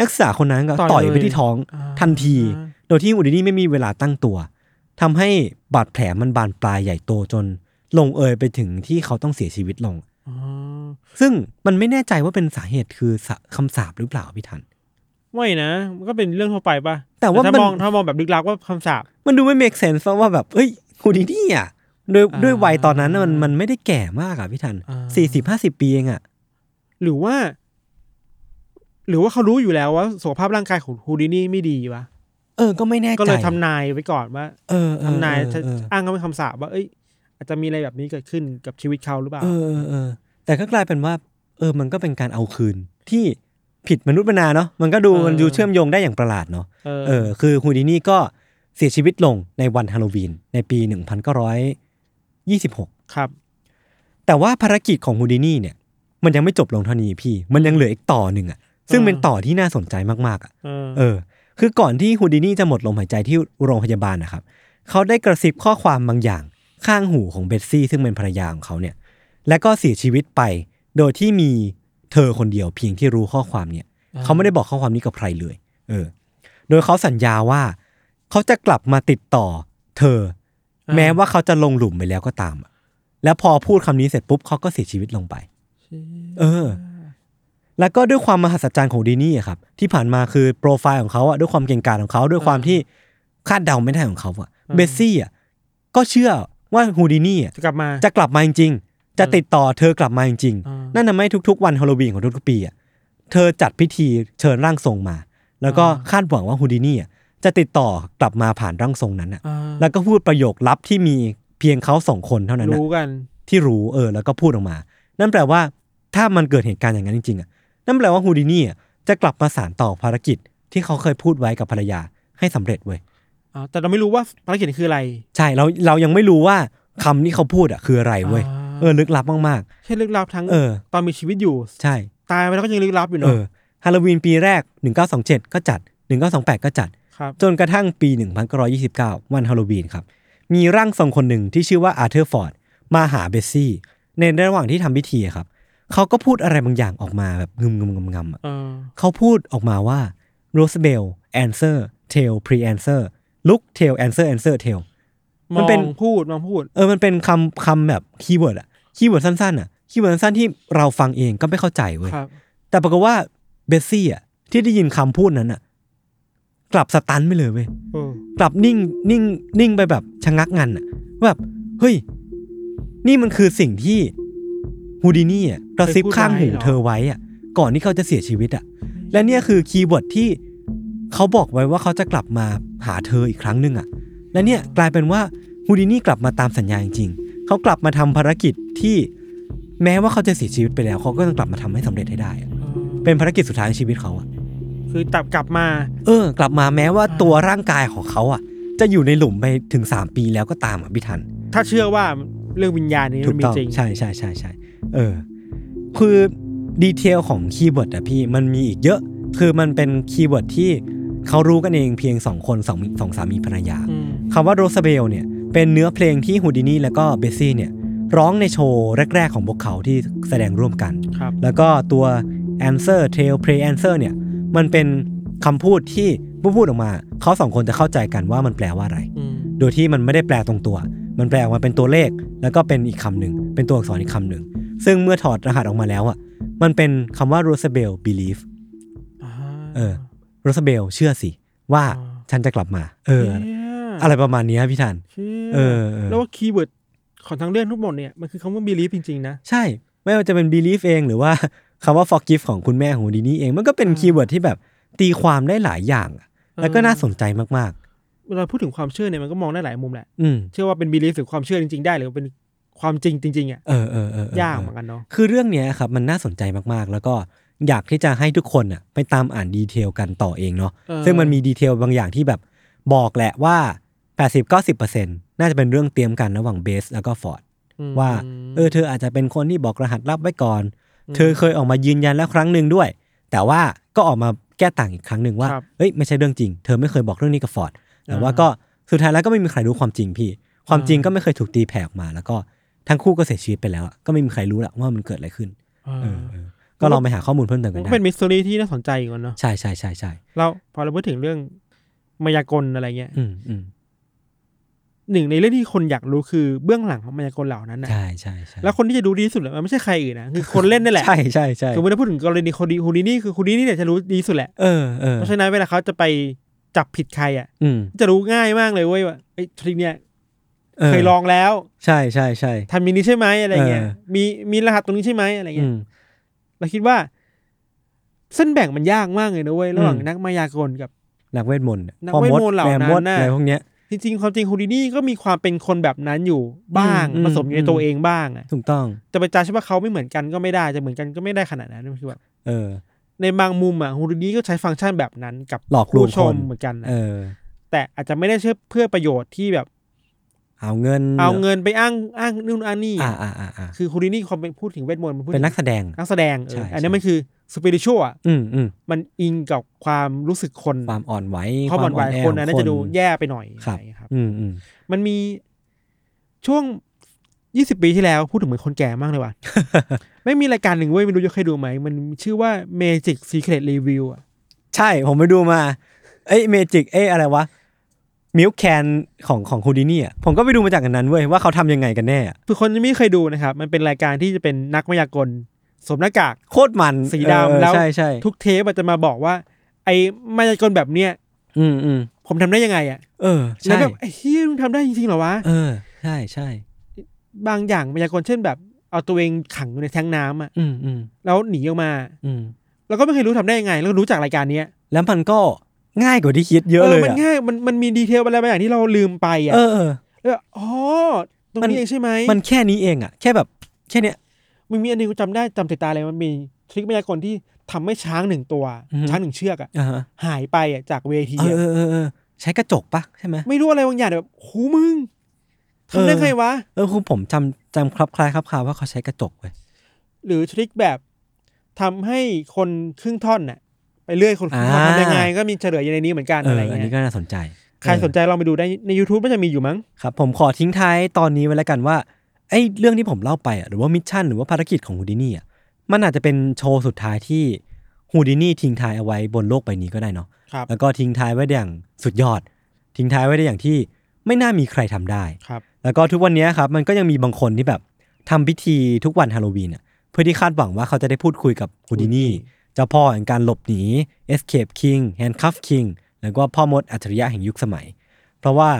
Speaker 2: นักศึกษาคนนั้นก็
Speaker 3: ต่
Speaker 2: ต่
Speaker 3: อ
Speaker 2: อย ย
Speaker 3: เลย
Speaker 2: ไปที่ท้อง
Speaker 3: อ่า
Speaker 2: ทันที โดยที่อุดินี่ไม่มีเวลาตั้งตัวทำให้บาดแผลมันบานปลายใหญ่โตจน ลงเอยไปถึงที่เขาต้องเสียชีวิตลง
Speaker 3: อ๋อ
Speaker 2: ซึ่งมันไม่แน่ใจว่าเป็นสาเหตุคือสะคำสาปหรือเปล่าพี่ทัน
Speaker 3: ไม่นะ มันก็เป็นเรื่องทั่วไปป่ะ
Speaker 2: แต่ว่า
Speaker 3: ถ้าม
Speaker 2: น
Speaker 3: องถ้ามองแบบลึกลับว่าคำสาป
Speaker 2: มันดูไม่ make sense เพราะว่าแบบ เอ้ยฮูดินี่อ่ะด้วย
Speaker 3: อ่า
Speaker 2: ด้วยวัยตอนนั้นน่ะมันมันไม่ได้แก่มากอ่ะพี่ทัน
Speaker 3: อ่า
Speaker 2: สี่สิบห้าสิบปีเองอ่ะ
Speaker 3: หรือว่า หรือว่าเขารู้อยู่แล้วว่าสุขภาพร่างกายของฮูดินี่ไม่ดีวะ
Speaker 2: เออ ก็ไม่แน่ใจ
Speaker 3: ก็เลยทำนายไว้ก่อนว่า
Speaker 2: เออเออ
Speaker 3: ทำนาย
Speaker 2: เออเออ
Speaker 3: อ้างว่าเป็นคำสาปว่าเอ้ย อาจจะมีอะไรแบบนี้เกิดขึ้นกับชีวิตเขาหรือเปล่า
Speaker 2: เออเออเออ แต่ก็กลายเป็นว่า เออ มันก็เป็นการเอาคืน ที่ผิดมนุษย์มนาเนาะมันก็ดูมันดูเชื่อมโยงได้อย่างประหลาดเนาะ
Speaker 3: เออ
Speaker 2: เออ คือฮูดินี่ก็เสียชีวิตลงในวันฮาโลวีน ในปี 1926
Speaker 3: ครับ
Speaker 2: แต่ว่าภารกิจของฮูดินี่เนี่ย มันยังไม่จบลงเท่านี้พี่ มันยังเหลืออีกต่อหนึ่งอ่ะซึ่งเป็นต่อที่น่าสนใจมากๆอ่ะ
Speaker 3: เออ
Speaker 2: เออ คือก่อนที่ฮูดินี่จะหมดลมหายใจที่โรงพยาบาลนะครับ เขาได้กระซิบข้อความบางอย่างข้างหูของเบสซี่ซึ่งเป็นภรรยาของเขาเนี่ย และก็เสียชีวิตไป โดยที่มีเธอคนเดียวเพียงที่รู้ข้อความเนี่ย เขาไม่ได้บอกข้อความนี้กับใครเลย เออ โดยเขาสัญญาว่าเขาจะกลับมาติดต่อ เธอ แม้ว่าเขาจะลงหลุมไปแล้วก็ตามอะแล้วพอพูดคำนี้เสร็จปุ๊บเขาก็เสียชีวิตลงไป เออ แล้วก็ด้วยความมหัศจรรย์ของดีนี่อะครับ ที่ผ่านมาคือโปรไฟล์ของเขาอะด้วยความเก่งกาจของเขาด้วยความที่คาดเดาไม่ได้ของเขาอะเบสซี่อะก็เชื่อว่าฮูดินี่อะ
Speaker 3: จะกลับมา
Speaker 2: จะกลับมาจริง ๆ จะติดต่อเธอกลับมาจริง
Speaker 3: อ่า
Speaker 2: ๆ นั่นทำให้ทุกๆ วันฮาโลวีนของทุกๆปีอะเธอจัดพิธีเชิญร่างทรงมา แล้วก็
Speaker 3: อ่า
Speaker 2: คาดหวังว่าฮูดินี่อะจะติดต่อกลับมาผ่านร่างทรงนั้นอะ
Speaker 3: เออ
Speaker 2: แล้วก็พูดประโยคลับที่มีเพียงเขาสองคนเท่านั้นน่ะ
Speaker 3: รู้กัน
Speaker 2: ที่รู้เออแล้วก็พูดออกมา นั่นแปลว่าถ้ามันเกิดเหตุการณ์อย่างนั้นจริงๆอ่ะนั่นแปลว่าฮูดินี่อ่ะจะกลับมาสารต่อภารกิจที่เขาเคยพูดไว้กับภรรยาให้สำเร็จเว้ย
Speaker 3: อ๋อแต่เราไม่รู้ว่าภารกิจคืออะไร
Speaker 2: ใช่เราเรายังไม่รู้ว่าคำที่เขาพูดอ่ะคืออะไรเว้ย
Speaker 3: อ่า
Speaker 2: เออลึกลับมาก
Speaker 3: ใช่ลึกลับทั้ง
Speaker 2: เออ
Speaker 3: ตอนมีชีวิตอยู่
Speaker 2: ๆ ใช่
Speaker 3: ตายไปแล้วก็ยังลึกลับอยู่
Speaker 2: เอ
Speaker 3: เนาะ
Speaker 2: อฮาโลวีนปีแรก 1927 ก็จัด 1928 ก็จัด
Speaker 3: ครับ
Speaker 2: จนกระทั่งปี 1929 วันฮาโลวีนครับ มีร่างทรงคนหนึ่งที่ชื่อว่าอาร์เธอร์ฟอร์ด มาหาเบสซี่ ในระหว่างที่ทำพิธีอะครับ เขาก็พูดอะไรบางอย่างออกมาแบบงึมงึมงำงำอะ
Speaker 3: เออ
Speaker 2: เขาพูดออกมาว่า โรสเบล แอนเซอร์ tail pre answer look tail answer answer tail
Speaker 3: ม
Speaker 2: มัน
Speaker 3: อง
Speaker 2: เป็น
Speaker 3: พูดมองพูด
Speaker 2: เออ มันเป็นคำคำแบบคีย์เวิร์ดอะคีย์เวิร์ดสั้นๆอะคีย์เวิร์ดสั้นๆที่เราฟังเองก็ไม่เข้าใจเว้ย
Speaker 3: ครับ
Speaker 2: แต่ปรากฏว่าเบสซี่อะที่ได้ยินคำพูดนั้นอะกลับสตันไปเลยเว้ย
Speaker 3: เออก
Speaker 2: ลับนิ่งนิ่งนิ่งไปแบบชะงักงันอะแบบเฮ้ย นี่มันคือสิ่งที่ฮูดินี่อะกระซิบข้างหูเธอไว้อะก่อนที่เขาจะเสียชีวิตอะและเนี่ยคือคีย์เวิร์ดที่เขาบอกไว้ว่าเขาจะกลับมาหาเธออีกครั้งหนึ่งอะและเนี่ยกลายเป็นว่าฮูดินี่กลับมาตามสัญญาจริงๆเขากลับมาทำภารกิจที่แม้ว่าเขาจะเสียชีวิตไปแล้ว เขาก็ต้องกลับมาทำให้สำเร็จให้ได้อะ
Speaker 3: เออ
Speaker 2: เป็นภารกิจสุดท้ายในชีวิตเขาอะ
Speaker 3: คือตับกลับมา
Speaker 2: เออกลับมาแม้ว่าตัวร่างกายของเขาอ่ะ จะอยู่ในหลุมไปถึง 3 ปีแล้วก็ตามอ่ะพี่ทัน
Speaker 3: ถ้าเชื่อว่าเรื่องวิญญาณนี้
Speaker 2: ถู
Speaker 3: มั
Speaker 2: ก
Speaker 3: นมี
Speaker 2: ต้อง
Speaker 3: จริง
Speaker 2: ใช่ใช่ใช่ใช่เออ คือดีเทลของคีย์เวิร์ดอะพี่มันมีอีกเยอะ คือมันเป็นคีย์เวิร์ดที่เขารู้กันเองเพียง 2 คน2องสองสามีภรรยา
Speaker 3: อืม
Speaker 2: คำว่าโรสเบลเนี่ยเป็นเนื้อเพลงที่ฮูดินี่แล้วก็เบสซี่เนี่ยร้องในโชว์แรก ๆ ของพวกเขาที่แสดงร่วมกัน
Speaker 3: ครับ
Speaker 2: แล้วก็ตัว answer tail play answer เนี่ยมันเป็นคำพูดที่ผู้พูดออกมา เขาสองคนจะเข้าใจกันว่ามันแปลว่าอะไร
Speaker 3: อืม
Speaker 2: โดยที่มันไม่ได้แปลตรงตัว มันแปลออกมาเป็นตัวเลข แล้วก็เป็นอีกคำหนึ่ง เป็นตัวอักษรอีกคำหนึ่ง ซึ่งเมื่อถอดรหัสออกมาแล้วอ่ะ มันเป็นคำว่า Roosevelt belief
Speaker 3: อ่า
Speaker 2: เออ Roosevelt เชื่อสิ ว่า
Speaker 3: อ๋อ
Speaker 2: ฉันจะกลับมา เออ
Speaker 3: เชี่ย
Speaker 2: อะไรประมาณเนี้ยพี่ทัน
Speaker 3: เชี่ย
Speaker 2: เออเออ
Speaker 3: แล้วว่าคีย์เวิร์ดของทั้งเรื่องทั้งหมดเนี่ยมันคือคำว่า belief จริงๆนะ
Speaker 2: ใช่ ไม่ว่าจะเป็น belief เองหรือว่า คำว่า forgive ของคุณแม่ของดีนี่เอง มันก็เป็น
Speaker 3: อ่า
Speaker 2: คีย์เวิร์ดที่แบบตีความได้หลายอย่างอะแล้วก็น่าสนใจมาก
Speaker 3: เวลาพูดถึงความเชื่อเนี่ยมันก็มองได้หลายมุมแหละ
Speaker 2: ๆ อืม
Speaker 3: เชื่อว่าเป็น belief หรือความเชื่อจริงๆ ได้หรือเป็นความจริงจริงๆอ่ะ
Speaker 2: เออเออเออเออ
Speaker 3: ยากเหมือนกันเนาะ
Speaker 2: คือเรื่องเนี้ยครับมันน่าสนใจมากๆ แล้วก็อยากที่จะให้ทุกคนอ่ะไปตามอ่านดีเทลกันต่อเองเนาะ
Speaker 3: เออ
Speaker 2: ซึ่งมันมีดีเทลบางอย่างที่แบบบอกแหละว่า 80-90%น่าจะเป็นเรื่องเตรียมกันระหว่างเบสแล้วก็ฟอร์ด
Speaker 3: อืม
Speaker 2: ว่า เออเธออาจจะเป็นคนที่บอกรหัสลับไว้ก่อน
Speaker 3: ม
Speaker 2: เธอเคยออกมายืนยันแล้วครั้งหนึ่งด้วย แต่ว่าก็ออกมาแก้ต่างอีกครั้งหนึ่งว่า
Speaker 3: ครับ
Speaker 2: เอ้ยไม่ใช่เรื่องจริง เธอไม่เคยบอกเรื่องนี้กับฟอร์ดแต่ว่า
Speaker 3: อ่า
Speaker 2: ก็สุดท้ายแล้วก็ไม่มีใครรู้ความจริงพี่ ความ
Speaker 3: อ่า
Speaker 2: จริงก็ไม่เคยถูกตีแผ่ออกมา แล้วก็ทั้งคู่ก็เสียชีวิตไปแล้วอะก็ไม่มีใครรู้หรอกว่ามันเกิดอะไรขึ้น
Speaker 3: เออ
Speaker 2: เออเออก็ลองไปหาข้อมูลเพิ่มเติม
Speaker 3: มั
Speaker 2: กันน
Speaker 3: ก็
Speaker 2: ได้
Speaker 3: เป็นมิส t ต r y ที่น่าสนใจอีกอันเนาะ
Speaker 2: ใช่ใช่ใช่ใช่
Speaker 3: เราพอเราพูดถึงเรื่องมายากลอะไรเงี้ย
Speaker 2: อืมอืม
Speaker 3: หนึ่งในเรื่องที่คนอยากรู้คือเบื้องหลังของมายากลเหล่านั้นนะ
Speaker 2: ใช่ใช่ใช่
Speaker 3: แล้วคนที่จะดูดีที่สุดอะมันไม่ใช่ใครอื่นนะคือคนเล่นนี่แหละ
Speaker 2: ใช่ใช่ใช่
Speaker 3: คือไม่ได้พูดถึงกรณีคนดีฮูดีนี่คือฮูดีนี่เนี่ยจะรู้ดีที่สุดแหละ
Speaker 2: เออเออ
Speaker 3: เพราะฉะนั้นเวลาเขาจะไปจับผิดใครอ่ะ
Speaker 2: อืม
Speaker 3: จะรู้ง่ายมากเลยเว้ยว่าไอ้ยทริคเนี่ยเคยลองแล้ว
Speaker 2: ใช่ใช่ใช่
Speaker 3: ทำมินิใช่ไหมอะไรเงี้ย
Speaker 2: เออ
Speaker 3: มีมีรหัสตรงนี้ใช่ไหมอะไร
Speaker 2: อื
Speaker 3: เงี้ย
Speaker 2: ม
Speaker 3: เราคิดว่า เส้นแบ่งมันยากมากเลยนะเว้ยระหว่าง
Speaker 2: อืม
Speaker 3: นักมายากลกับ
Speaker 2: นักเวทมนต์
Speaker 3: นักเวทมนต์เหล่านั้น
Speaker 2: แมมด
Speaker 3: น่ะ
Speaker 2: อะไรพวกเนี้ย
Speaker 3: จริงๆความจริงฮูดินี่ก็มีความเป็นคนแบบนั้นอยู่บ้าง
Speaker 2: อืม
Speaker 3: ผสมอยู่ใน
Speaker 2: อืม
Speaker 3: ตัวเองบ้างอะ
Speaker 2: ถูกต้อง
Speaker 3: จะไปจ้าใช่ว่าเขาไม่เหมือนกันก็ไม่ได้จะเหมือนกันก็ไม่ได้ขนาดนั้นมันคือแบบ
Speaker 2: เออ
Speaker 3: ในบางมุมอ่ะฮูดินี่ก็ใช้ฟังก์ชันแบบนั้น กับ
Speaker 2: หลอกลวง
Speaker 3: ผู้ชม
Speaker 2: คน
Speaker 3: เหมือนกันนะ
Speaker 2: เออ
Speaker 3: แต่อาจจะไม่ได้เชื่อเพื่อประโยชน์ที่แบบ
Speaker 2: เอาเงิน
Speaker 3: เอาเงินไปอ้างอ้างนู่นอ้างนี่
Speaker 2: อ่าอ่าอ่าอ่า
Speaker 3: คือฮูดินี่ความเป็นพูดถึงเวทมนต์มันพูด
Speaker 2: เป็
Speaker 3: ถึ
Speaker 2: น
Speaker 3: ง
Speaker 2: นักแสดง
Speaker 3: นักแสดงเอ
Speaker 2: ใช่
Speaker 3: อ
Speaker 2: ใช่
Speaker 3: อันนี้มันคือสปิริตชัว
Speaker 2: อืมอืม
Speaker 3: มันอิงกับความรู้สึกคน
Speaker 2: ความอ่อนไหว
Speaker 3: ความอ่อนไหว
Speaker 2: แ
Speaker 3: คนอันนั้นจะดู
Speaker 2: ขง
Speaker 3: แย่ไปหน่อย
Speaker 2: ครับ
Speaker 3: อะไรอย่างเงี้ยครับ
Speaker 2: อืมอืม
Speaker 3: มันมีช่วงยี่สิบปีที่แล้วพูดถึงเหมือนคนแก่มากเลย ว่ะ ไม่มีรายการหนึ่งเว้ยไม่รู้จะเคยดูไหม มันชื่อว่า Magic Secret Review อ่ะ
Speaker 2: ใช่ผมไปดูมา เอ้ยเมจิกเอ้ยอะไรวะมิลแคนของของฮูดินี่อ่ะผมก็ไปดูมาจากอันนั้นเว้ยว่าเขาทำยังไงกันแน่อะ
Speaker 3: คือคนที่ไม่เคยดูนะครับ มันเป็นรายการที่จะเป็นนักมายากลสวมหน้ากาก
Speaker 2: โคตรมัน
Speaker 3: สีดำ
Speaker 2: เออ
Speaker 3: แล้ว
Speaker 2: ใช่ใช่
Speaker 3: ทุกเทปอะจะมาบอกว่า ไอ้มายากลแบบเนี้ย
Speaker 2: อืมอืม
Speaker 3: ผมทำได้ยังไงอ่ะ
Speaker 2: เออ
Speaker 3: แล้ว
Speaker 2: ใช่
Speaker 3: แบบไอ้เฮียมึงทำได้จริงๆเหรอวะ
Speaker 2: เออ ใช่ใช่
Speaker 3: บางอย่างมายากลเช่นแบบเอาตัวเองขังอยู่ในแท้งน้ำอ่ะ
Speaker 2: อืมอืม
Speaker 3: แล้วหนีออกมา
Speaker 2: อืม
Speaker 3: แล้วก็ไม่เคยรู้ทำได้ยังไง แล้วรู้จากรายการเนี้ย
Speaker 2: แล้วมันก็ง่ายกว่าที่คิดเยอะเลย
Speaker 3: มัน
Speaker 2: อะ
Speaker 3: ง่ายมันมันมีดีเทลอะไรบางอย่างที่เราลืมไปอ่ะ
Speaker 2: เออเออ
Speaker 3: แล้วแบบอ๋อตรง
Speaker 2: มัน
Speaker 3: นี้เองใช่ไหม
Speaker 2: มันแค่นี้เองอ่ะ แค่แบบแค่เนี้ย
Speaker 3: มันมีอันหนึงกูจำได้จำติดตาเลยมันมีทริคมายากลที่ทำให้ช้างหนึ่งตัว
Speaker 2: อือฮึ
Speaker 3: ช้างหนึ่งเชือกอ่ะ
Speaker 2: อ่าฮะ
Speaker 3: หายไปอ่ะจากเวที
Speaker 2: เออ
Speaker 3: อะ
Speaker 2: เออเออเออใช้กระจกปะใช่ไหม
Speaker 3: ไม่รู้อะไรบางอย่างแบบหูมึงทำได้
Speaker 2: เออ
Speaker 3: ไงวะ
Speaker 2: เออคือผมจำจำครับคล้ายครับคลาว่าเขาใช้กระจกเว้ย
Speaker 3: หรือทริคแบบทำให้คนครึ่งท่อนน่ะ ไปเลื่อยคนครึ่งท่อน
Speaker 2: อ่า
Speaker 3: ทำยังไง ก็มีเฉลยอยู่ในนี้เหมือนกัน
Speaker 2: เออ
Speaker 3: อะไร
Speaker 2: อัน
Speaker 3: เงี้
Speaker 2: นี้
Speaker 3: ย
Speaker 2: ก็น่าสนใจ
Speaker 3: ใครสน
Speaker 2: เอ
Speaker 3: ใจลองไปดูได้ใน YouTube มันจะมีอยู่มั้ง
Speaker 2: อครับ ผมขอทิ้งท้ายตอนนี้ไว้แล้วกันว่าไอ้เรื่องที่ผมเล่าไปอ่ะหรือว่ามิชชั่นหรือว่าภารกิจของฮูดินี่อ่ะมันอาจจะเป็นโชว์สุดท้ายที่ ฮูดินี่ทิ้งท้ายเอาไว้บนโลกใบนี้ก็ได้เนาะ
Speaker 3: ครับ
Speaker 2: แล้วก็ทิ้งท้ายไว้ได้อย่างสุดยอด ทิ้งท้ายไว้ได้อย่างที่ไม่น่ามีใครทำได้
Speaker 3: ครับ
Speaker 2: แล้วก็ทุกวันนี้ครับมันก็ยังมีบางคนที่แบบทำพิธีทุกวันฮาโลวีนอะเพื่อที่คาดหวังว่าเขาจะได้พูดคุยกับฮูดินี่เจ้าพ่อแห่งการหลบหนี Escape King Handcuff King แล้วก็พ่อมดอัจฉริยะแห่งยุคสมัย เพราะว่า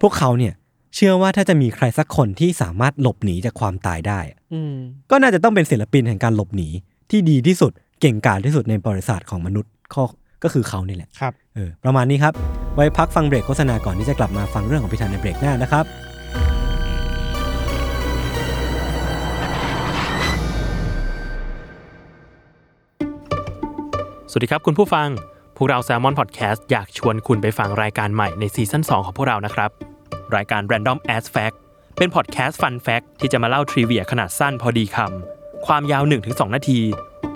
Speaker 2: พวกเขาเนี่ยเชื่อว่าถ้าจะมีใครสักคนที่สามารถหลบหนีจากความตายได้อะ
Speaker 3: อืม
Speaker 2: ก็น่าจะต้องเป็นศิลปินแห่งการหลบหนีที่ดีที่สุดเก่งกาจที่สุดในบริษัทของมนุษย์ข้อก็คือเขานี่แหละ
Speaker 3: ครับ
Speaker 2: เออประมาณนี้ครับ ไว้พักฟังเบรกโฆษณาก่อนที่จะกลับมาฟังเรื่องของพิธันในเบรกหน้านะครับ
Speaker 4: สวัสดีครับคุณผู้ฟัง พวกเราแซลมอนพอดแคสต์อยากชวนคุณไปฟังรายการใหม่ในซีซั่น2 ของพวกเรานะครับ รายการ Random As Fact เป็นพอดแคสต์ Fun Fact ที่จะมาเล่าทริเวียขนาดสั้นพอดีคำ ความยาว 1-2 นาที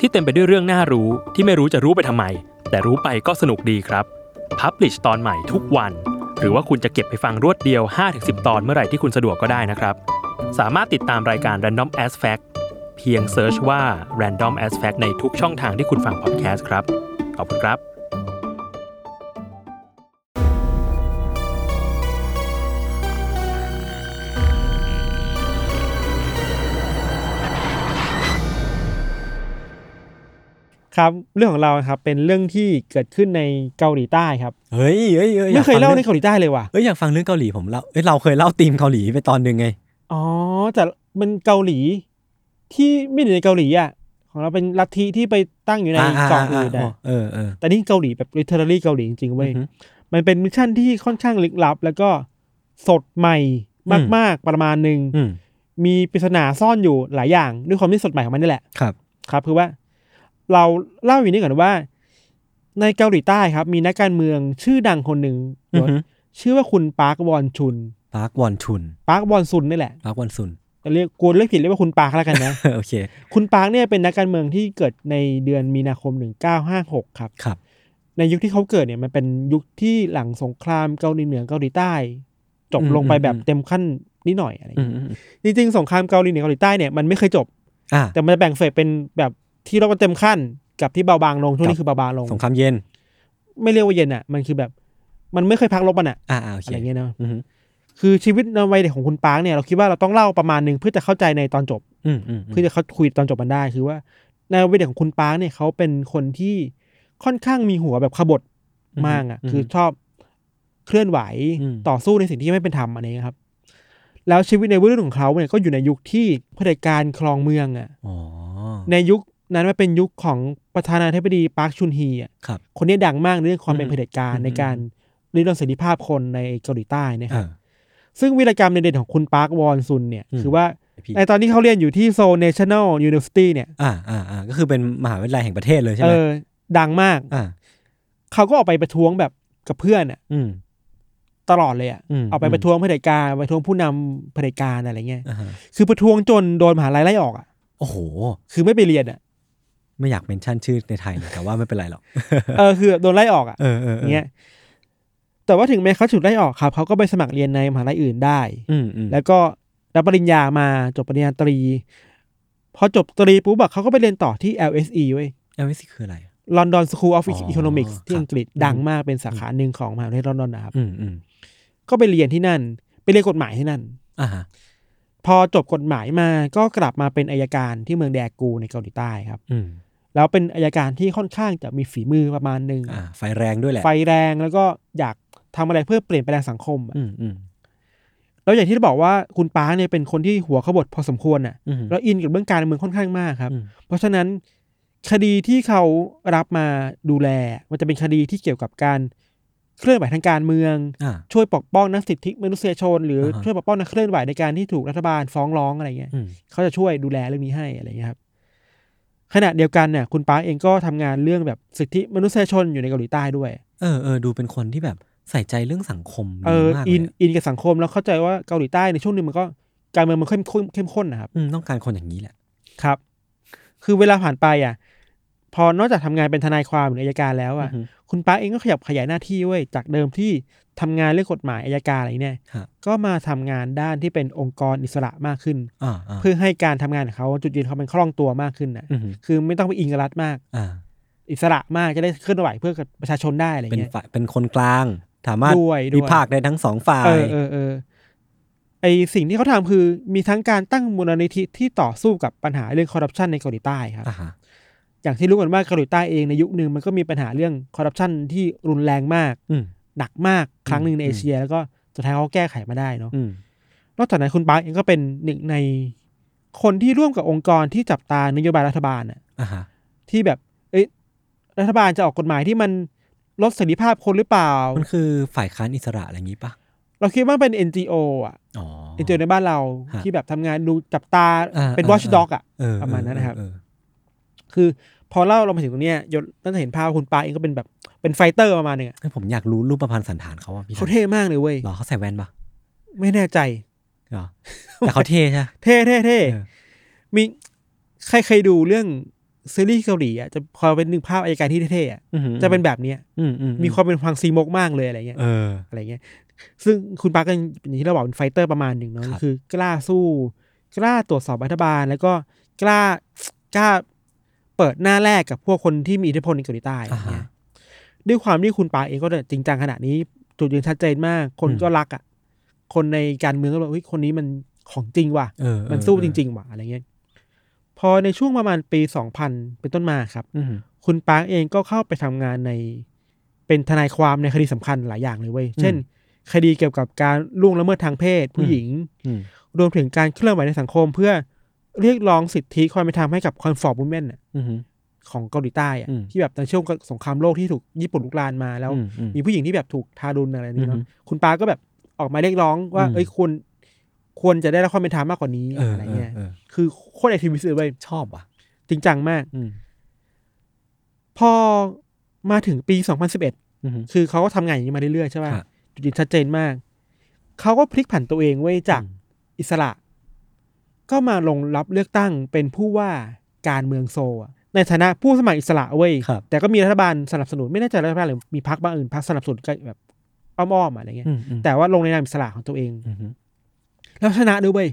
Speaker 4: ที่เต็มไปด้วยเรื่องน่ารู้ที่ไม่รู้จะรู้ไปทำไม แต่รู้ไปก็สนุกดีครับพับลิชตอนใหม่ทุกวัน หรือว่าคุณจะเก็บไปฟังรวดเดียว 5-10 ตอนเมื่อไหร่ที่คุณสะดวกก็ได้นะครับ สามารถติดตามรายการ Random As Fact เพียงเซิร์ชว่า Random As Fact ในทุกช่องทางที่คุณฟังพอดแคสต์ครับ ขอบคุณครับ
Speaker 3: ครับเรื่องของเราครับเป็นเรื่องที่เกิดขึ้นในเกาหลีใต้ครับ
Speaker 2: เฮ้ยเฮ้ยฮ้
Speaker 3: ไม่เคย
Speaker 2: อ
Speaker 3: เล่าก
Speaker 2: ฟัง
Speaker 3: ใน
Speaker 2: รื่อง
Speaker 3: เกาหลีใต้เลยว่ะ
Speaker 2: เอ้ยอยากฟังเรื่องเกาหลีผมเล่าเอ้ยเราเคยเล่าธีมเกาหลีไปตอนหนึ่งไง
Speaker 3: อ๋อแต่มันเกาหลี ที่ไม่อยู่ในเกาหลีอ่ะของเราเป็นลัทธิที่ไปตั้งอยู่ใน
Speaker 2: อ่าอ่า
Speaker 3: เกาะอื่น
Speaker 2: อ่า
Speaker 3: นะ
Speaker 2: เออเออ
Speaker 3: แต่นี่เกาหลีแบบ literally เกาหลีจริงๆเว้ย
Speaker 2: อือฮึ
Speaker 3: มันเป็นมิชชั่นที่ค่อนข้างลึกลับ แล้วก็สดใหม่
Speaker 2: อืม
Speaker 3: มากๆประมาณหนึ่ง
Speaker 2: อืม
Speaker 3: มีปริศนาซ่อนอยู่หลายอย่างด้วยความที่สดใหม่ของมันนี่แหละ
Speaker 2: ครับ
Speaker 3: ครับคือว่าเราเล่าอย่างนี้ก่อนว่า ในเกาหลีใต้ครับ มีนักการเมืองชื่อดังคนหนึ่ง
Speaker 2: อือฮึ
Speaker 3: ชื่อว่าคุณปาร์ควอนชุน
Speaker 2: ปาร์ควอนชุน
Speaker 3: ปาร์ควอนซุนนี่แหละ
Speaker 2: ปาร์ควอนซุน
Speaker 3: จะเรียกกูเรียกผิดเรียกว่าคุณปาร์คแล้วกันนะ
Speaker 2: โอเค
Speaker 3: คุณปาร์คเนี่ยเป็นนักการเมืองที่เกิดในเดือนมีนาคม 1956 ครับ
Speaker 2: ครับ
Speaker 3: ในยุคที่เขาเกิดเนี่ยมันเป็นยุคที่หลังสงครามเกาหลีเหนือเกาหลีใต้ จบลงไปแบบ
Speaker 2: อืม
Speaker 3: เต็มขั้นนิดหน่อยอะไรอย่าง
Speaker 2: อื
Speaker 3: เงี้ย
Speaker 2: มอืมอืม
Speaker 3: จริงๆสงครามเกาหลีเหนือเกาหลีใต้เนี่ยมันไม่เคยจบ
Speaker 2: อ่า
Speaker 3: แต่มันจะแบ่งเฟสเป็นแบบที่รบกันเต็มขั้นกับที่เบาบางลงช่วงนี้คือเบาบางลง
Speaker 2: สงครามเย็น
Speaker 3: ไม่เรียกว่าเย็นอ่ะ มันคือแบบ มันไม่เคยพักลบมันอ่ะ
Speaker 2: อ่าอ่าโอเค
Speaker 3: อะไรเงี้ยเนาะ
Speaker 2: อืม
Speaker 3: คือชีวิตในวัยเด็กของคุณปาร์คเนี่ยเราคิดว่าเราต้องเล่าประมาณหนึ่งเพื่อจะเข้าใจในตอนจบ
Speaker 2: อืมอืม
Speaker 3: เพื่อจะเขาคุยตอนจบมันได้คือว่าในวัยเด็กของคุณปาร์คเนี่ยเขาเป็นคนที่ค่อนข้างมีหัวแบบขบฏมากอ่ะ
Speaker 2: ม
Speaker 3: คือชอบเคลื่อนไหว
Speaker 2: อืม
Speaker 3: ต่อสู้ในสิ่งที่ไม่เป็นธรรมอะไรเงี้ยครับ แล้วชีวิตในวัยรุ่นของเขาเนี่ยก็อยู่ในยุคที่เผด็จการครองเมืองอ่ะ
Speaker 2: อ๋อ
Speaker 3: ในยุคนั้นมันเป็นยุคของประธานาธิบดีปาร์คชุนฮีอ่ะ
Speaker 2: ครับ
Speaker 3: คนเนี้ยดังมากในเรื่องความเป็น
Speaker 2: อืม
Speaker 3: เผด็จการ
Speaker 2: อืม
Speaker 3: ในการริดรอนเสรีภาพคนในเกาหลีใต้นะ
Speaker 2: เอ
Speaker 3: ครับ
Speaker 2: อ
Speaker 3: ซึ่งวีรกรรมในเด่นๆของคุณปาร์ควอนซุนเนี่ย
Speaker 2: อืม
Speaker 3: คือว่า
Speaker 2: พี่
Speaker 3: ในตอนที่เขาเรียนอยู่ที่โซ l National University เนี่ย
Speaker 2: อ่าอ่าอ่าก็คือเป็นมหาวิทยาลัยแห่งประเทศเลยใช่
Speaker 3: เอ
Speaker 2: ไหม
Speaker 3: อดังมาก
Speaker 2: อ่า
Speaker 3: เขาก็ออกไปประท้วงแบบกับเพื่อนอะ
Speaker 2: อืม
Speaker 3: ตลอดเลยอะ
Speaker 2: อืม
Speaker 3: ออกไปประท้วงเผด็จการประท้วงผู้นำเผด็จการอะไรเงี้ย
Speaker 2: อ่าฮะ
Speaker 3: คือประท้วงจนโดนมหาลัยไล่ออกอะ
Speaker 2: โอ้โห
Speaker 3: คือไม่ไปเรียน อะ
Speaker 2: ไม่อยากเมนชั่นชื่อในไทยเลยแต่ว่าไม่เป็นไรหรอก
Speaker 3: เออคือโดนไล่ออกอะ
Speaker 2: เออเออออ
Speaker 3: เงี้ยแต่ว่าถึงแม้เขาถูกไล่ออกครับเขาก็ไปสมัครเรียนในมหาลัยอื่นได้
Speaker 2: อืมอืม
Speaker 3: แล้วก็รับปริญญามาจบปริญญาตรี พอจบตรีปุ๊บอะเขาก็ไปเรียนต่อที่ LSE เว้ย
Speaker 2: เอลวิสคืออะไร
Speaker 3: London School of
Speaker 2: อ๋อ
Speaker 3: Economics ที่
Speaker 2: ครับ
Speaker 3: อังกฤษ
Speaker 2: อืม
Speaker 3: ดังมากเป็นสาขาหนึ่งของมหาวิทยาลัยลอนดอนนะครับ
Speaker 2: อืมอืม
Speaker 3: ก็ไปเรียนที่นั่น ไปเรียนกฎหมายที่นั่น
Speaker 2: อ่าฮะ
Speaker 3: พอจบกฎหมายมาก็กลับมาเป็นอายการที่เมืองแดกูในเกาหลีใต้ครับ
Speaker 2: อืม
Speaker 3: แล้วเป็นอายการที่ค่อนข้างจะมีฝีมือประมาณหนึ่ง
Speaker 2: อ่า ไฟแรงด้วยแหละ
Speaker 3: ไฟแรงแล้วก็อยากทำอะไรเพื่อเปลี่ยนแปลงสังคมอะ
Speaker 2: อืมอืม
Speaker 3: แล้วอย่างที่บอกว่าคุณป้าร์คเนี่ยเป็นคนที่หัวขบฏพอสมควรอ่ะ
Speaker 2: อืม
Speaker 3: แล้วอินกับเรื่องการเมืองค่อนข้างมากครับ
Speaker 2: อืม
Speaker 3: เพราะฉะนั้นคดีที่เขารับมาดูแล มันจะเป็นคดีที่เกี่ยวกับการเคลื่อนไหวทางการเมือง
Speaker 2: อ่า
Speaker 3: ช่วยปกป้องนักสิทธิมนุษยชน หรืออา
Speaker 2: ฮะ
Speaker 3: ช่วยปกป้องนักเคลื่อนไหวในการที่ถูกรัฐบาลฟ้องร้องอะไรเงี้ย
Speaker 2: อืม
Speaker 3: เขาจะช่วยดูแลเรื่องนี้ให้อะไรเงี้ยครับขณะเดียวกันเนี่ยคุณปาร์คเองก็ทำงานเรื่องแบบสิทธิมนุษยชนอยู่ในเกาหลีใต้ด้วย
Speaker 2: เออเออดูเป็นคนที่แบบใส่ใจเรื่องสังคม
Speaker 3: เอ
Speaker 2: ดี
Speaker 3: อ
Speaker 2: มากเล
Speaker 3: อิ
Speaker 2: ย
Speaker 3: น
Speaker 2: อะ
Speaker 3: อินกับสังคมแล้วเข้าใจว่าเกาหลีใต้ในช่วงหนึงมันก็การเมืองมันเข้มข้นเข้มข้นนะครับ
Speaker 2: อืมต้องการคนอย่างนี้แหละ
Speaker 3: ครับ คือเวลาผ่านไปอ่ะ พอนอกจากทำงานเป็นทนายความหรืออายการแล้วอ่ะ
Speaker 2: อือฮึ
Speaker 3: คุณป้าร์คเองก็ขยับขยายหน้าที่เว้ย จากเดิมที่ทำงานเรื่องกฎหมายอายการอะไรเนี่ย
Speaker 2: ฮะ
Speaker 3: ก็มาทำงานด้านที่เป็นองค์กรอิสระมากขึ้น
Speaker 2: อ่าอ่า
Speaker 3: เพื่อให้การทำงานของเขาจุดยืนเขามันคล่องตัวมากขึ้นนะ
Speaker 2: อืม
Speaker 3: คือไม่ต้องไปอิงกับรัฐมาก
Speaker 2: อ่า
Speaker 3: อิสระมากจะได้เคลื่อนไหวเพื่อกับประชาชนได้อะไร
Speaker 2: เป็น
Speaker 3: เงี้ย
Speaker 2: ฝ่ายเป็นคนกลาง สามารถ
Speaker 3: ด้วยด้วย
Speaker 2: วิพากษ์ได้ทั้งสองฝ่า
Speaker 3: เอย อเออเออไอสิ่งที่เขาทำคือมีทั้งการตั้งมูลนิธิที่ต่อสู้กับปัญหาเรื่องคอร์รัปชันในเกาหลีใต้ครับ
Speaker 2: อ่าฮะ
Speaker 3: อย่างที่รู้กันว่าเกาหลีใต้เองในยุคหนึ่งมันก็มีปัญหาเรื่องคอร์รัปชันที่รุนแรงมาก
Speaker 2: อืม
Speaker 3: หนักมากครั้งหนึ่งใน
Speaker 2: อืม
Speaker 3: เอเชีย แล้วก็สุดท้ายเขาก็แก้ไขมาได้เนาะ
Speaker 2: อืม
Speaker 3: นอกจากนั้นคุณปาร์คเองก็เป็นหนึ่งในคนที่ร่วมกับองค์กรที่จับตานโยบายรัฐบาลน่ะ
Speaker 2: อ่าฮะ
Speaker 3: ที่แบบเอ้ยรัฐบาลจะออกกฎหมายที่มันลดเสรีภาพคนหรือเปล่า
Speaker 2: มันคือฝ่ายค้านอิสระอะไรอย่างงี้ปะ
Speaker 3: เราคิดว่าเป็น NGO อ่ะ
Speaker 2: อ๋อ
Speaker 3: NGO ในบ้านเรา
Speaker 2: ฮะ
Speaker 3: ที่แบบทำงานดูจับตา
Speaker 2: อ่า
Speaker 3: เป็น
Speaker 2: อ่า
Speaker 3: watch dog อ่ะ
Speaker 2: เออ
Speaker 3: ประมาณนั้นนะครับ
Speaker 2: เออ
Speaker 3: คือพอเล่าเรามาถึงตรงเนี้ยยศน่าจะเห็นภาพว่าคุณปาร์คเองก็เป็นแบบเป็นไฟเตอร์ประมาณหนึงอะ
Speaker 2: เออผมอยากรู้รูปประพันธ์สันฐานเขาอ่ะพี่
Speaker 3: เขาเท่มากเลยเว้ย
Speaker 2: หรอเขาใส่แว่นปะ
Speaker 3: ไม่แน่ใจ
Speaker 2: เหรอแต่เขาเท่ใช่ปะ
Speaker 3: เท่เท่เท่
Speaker 2: เออ
Speaker 3: มีใครเคยดูเรื่องซีรีส์เกาหลีอ่ะจะพอเป็นหนึ่งภาพอายการที่เท่ๆอ่ะ
Speaker 2: อื้อหือ
Speaker 3: จะเป็นแบบเนี้ย
Speaker 2: อืมอือื
Speaker 3: มีความเป็นฟังซีมกมากเลยอะไรเงี้ย
Speaker 2: เออ
Speaker 3: อะไรเงี้ย ซึ่งคุณปาร์คก็อย่างที่เราบอกเป็นไฟเตอร์ประมาณหนึ่งเนาะ
Speaker 2: ครับ
Speaker 3: คือกล้าสู้ กล้าตรวจสอบรัฐบาล แล้วก็กล้ากล้าเปิดหน้าแรกกับพวกคนที่มีอิทธิพลในเกาหลีใต้อะไรเงี้ยด้วยความที่คุณปาร์คเองก็จริงจังขนาดนี้ จุดยืนชัดเจนมาก คนก็รักอ่ะคนในการเมืองก็บอกเฮ้ยคนนี้มันของจริงว่ะ
Speaker 2: เออเออ
Speaker 3: มันสู้จริง ๆ ว่ะอะไรเงี้ย พอในช่วงประมาณปี 2000 เป็นต้นมาครับ
Speaker 2: อือหือ
Speaker 3: คุณปาร์คเองก็เข้าไปทำงานใน เป็นทนายความในคดีสำคัญหลายอย่างเลยเว้ย
Speaker 2: อืม
Speaker 3: เช่น คดีเกี่ยวกับการล่วงละเมิดทางเพศ ผู้
Speaker 2: อืม
Speaker 3: หญิง
Speaker 2: อืม
Speaker 3: รวมถึงการเคลื่อนไหวในสังคม เพื่อเรียกร้องสิทธิความเป็นธรรมให้กับคอนฟอร์มบูเมน
Speaker 2: อือหือ
Speaker 3: ของเกาหลีใต้อะ
Speaker 2: อืม
Speaker 3: ที่แบบในช่วงสงครามโลกที่ถูกญี่ปุ่นลุกลานมาแล้ว
Speaker 2: อืมอืม
Speaker 3: มีผู้หญิงที่แบบถูกทารุณอะไรนี่
Speaker 2: อื
Speaker 3: เนาะ
Speaker 2: อฮึ
Speaker 3: คุณปาก็แบบออกมาเรียกร้องว่า
Speaker 2: อืม
Speaker 3: เอ้ยควรควรจะได้รับความเป็นธรรมมากกว่านี้
Speaker 2: เออ
Speaker 3: อะไร
Speaker 2: เออ
Speaker 3: เงี้ย
Speaker 2: เออ
Speaker 3: คือโคตรแอคทีวิสต์เลยเว้ย
Speaker 2: ชอบว่ะ
Speaker 3: จริงจังมาก
Speaker 2: อืม
Speaker 3: พอมาถึงปี 2011
Speaker 2: อือหือ
Speaker 3: คือเขาก็ทำงานอย่างนี้มาเรื่อยๆใช่ป่ะ
Speaker 2: ครับ
Speaker 3: จุดยืนชัดเจนมาก เขาก็พลิกผันตัวเองเว้ยจากอิสระ ก็มาลงรับเลือกตั้งเป็นผู้ว่าการเมืองโซลอะในฐานะผู้สมัครอิสระเว้ย
Speaker 2: ครับ
Speaker 3: แต่ก็มีรัฐบาลสนับสนุนไม่แน่ใจรัฐบาลหรือมีพรรคบางอื่นพรรคสนับสนุนก็แบบอ้อมๆอะไรเงี้ย
Speaker 2: อืมอืม
Speaker 3: แต่ว่าลงในนามอิสระของตัวเอง
Speaker 2: อือหือ
Speaker 3: แล้วชนะด้วยเว้ย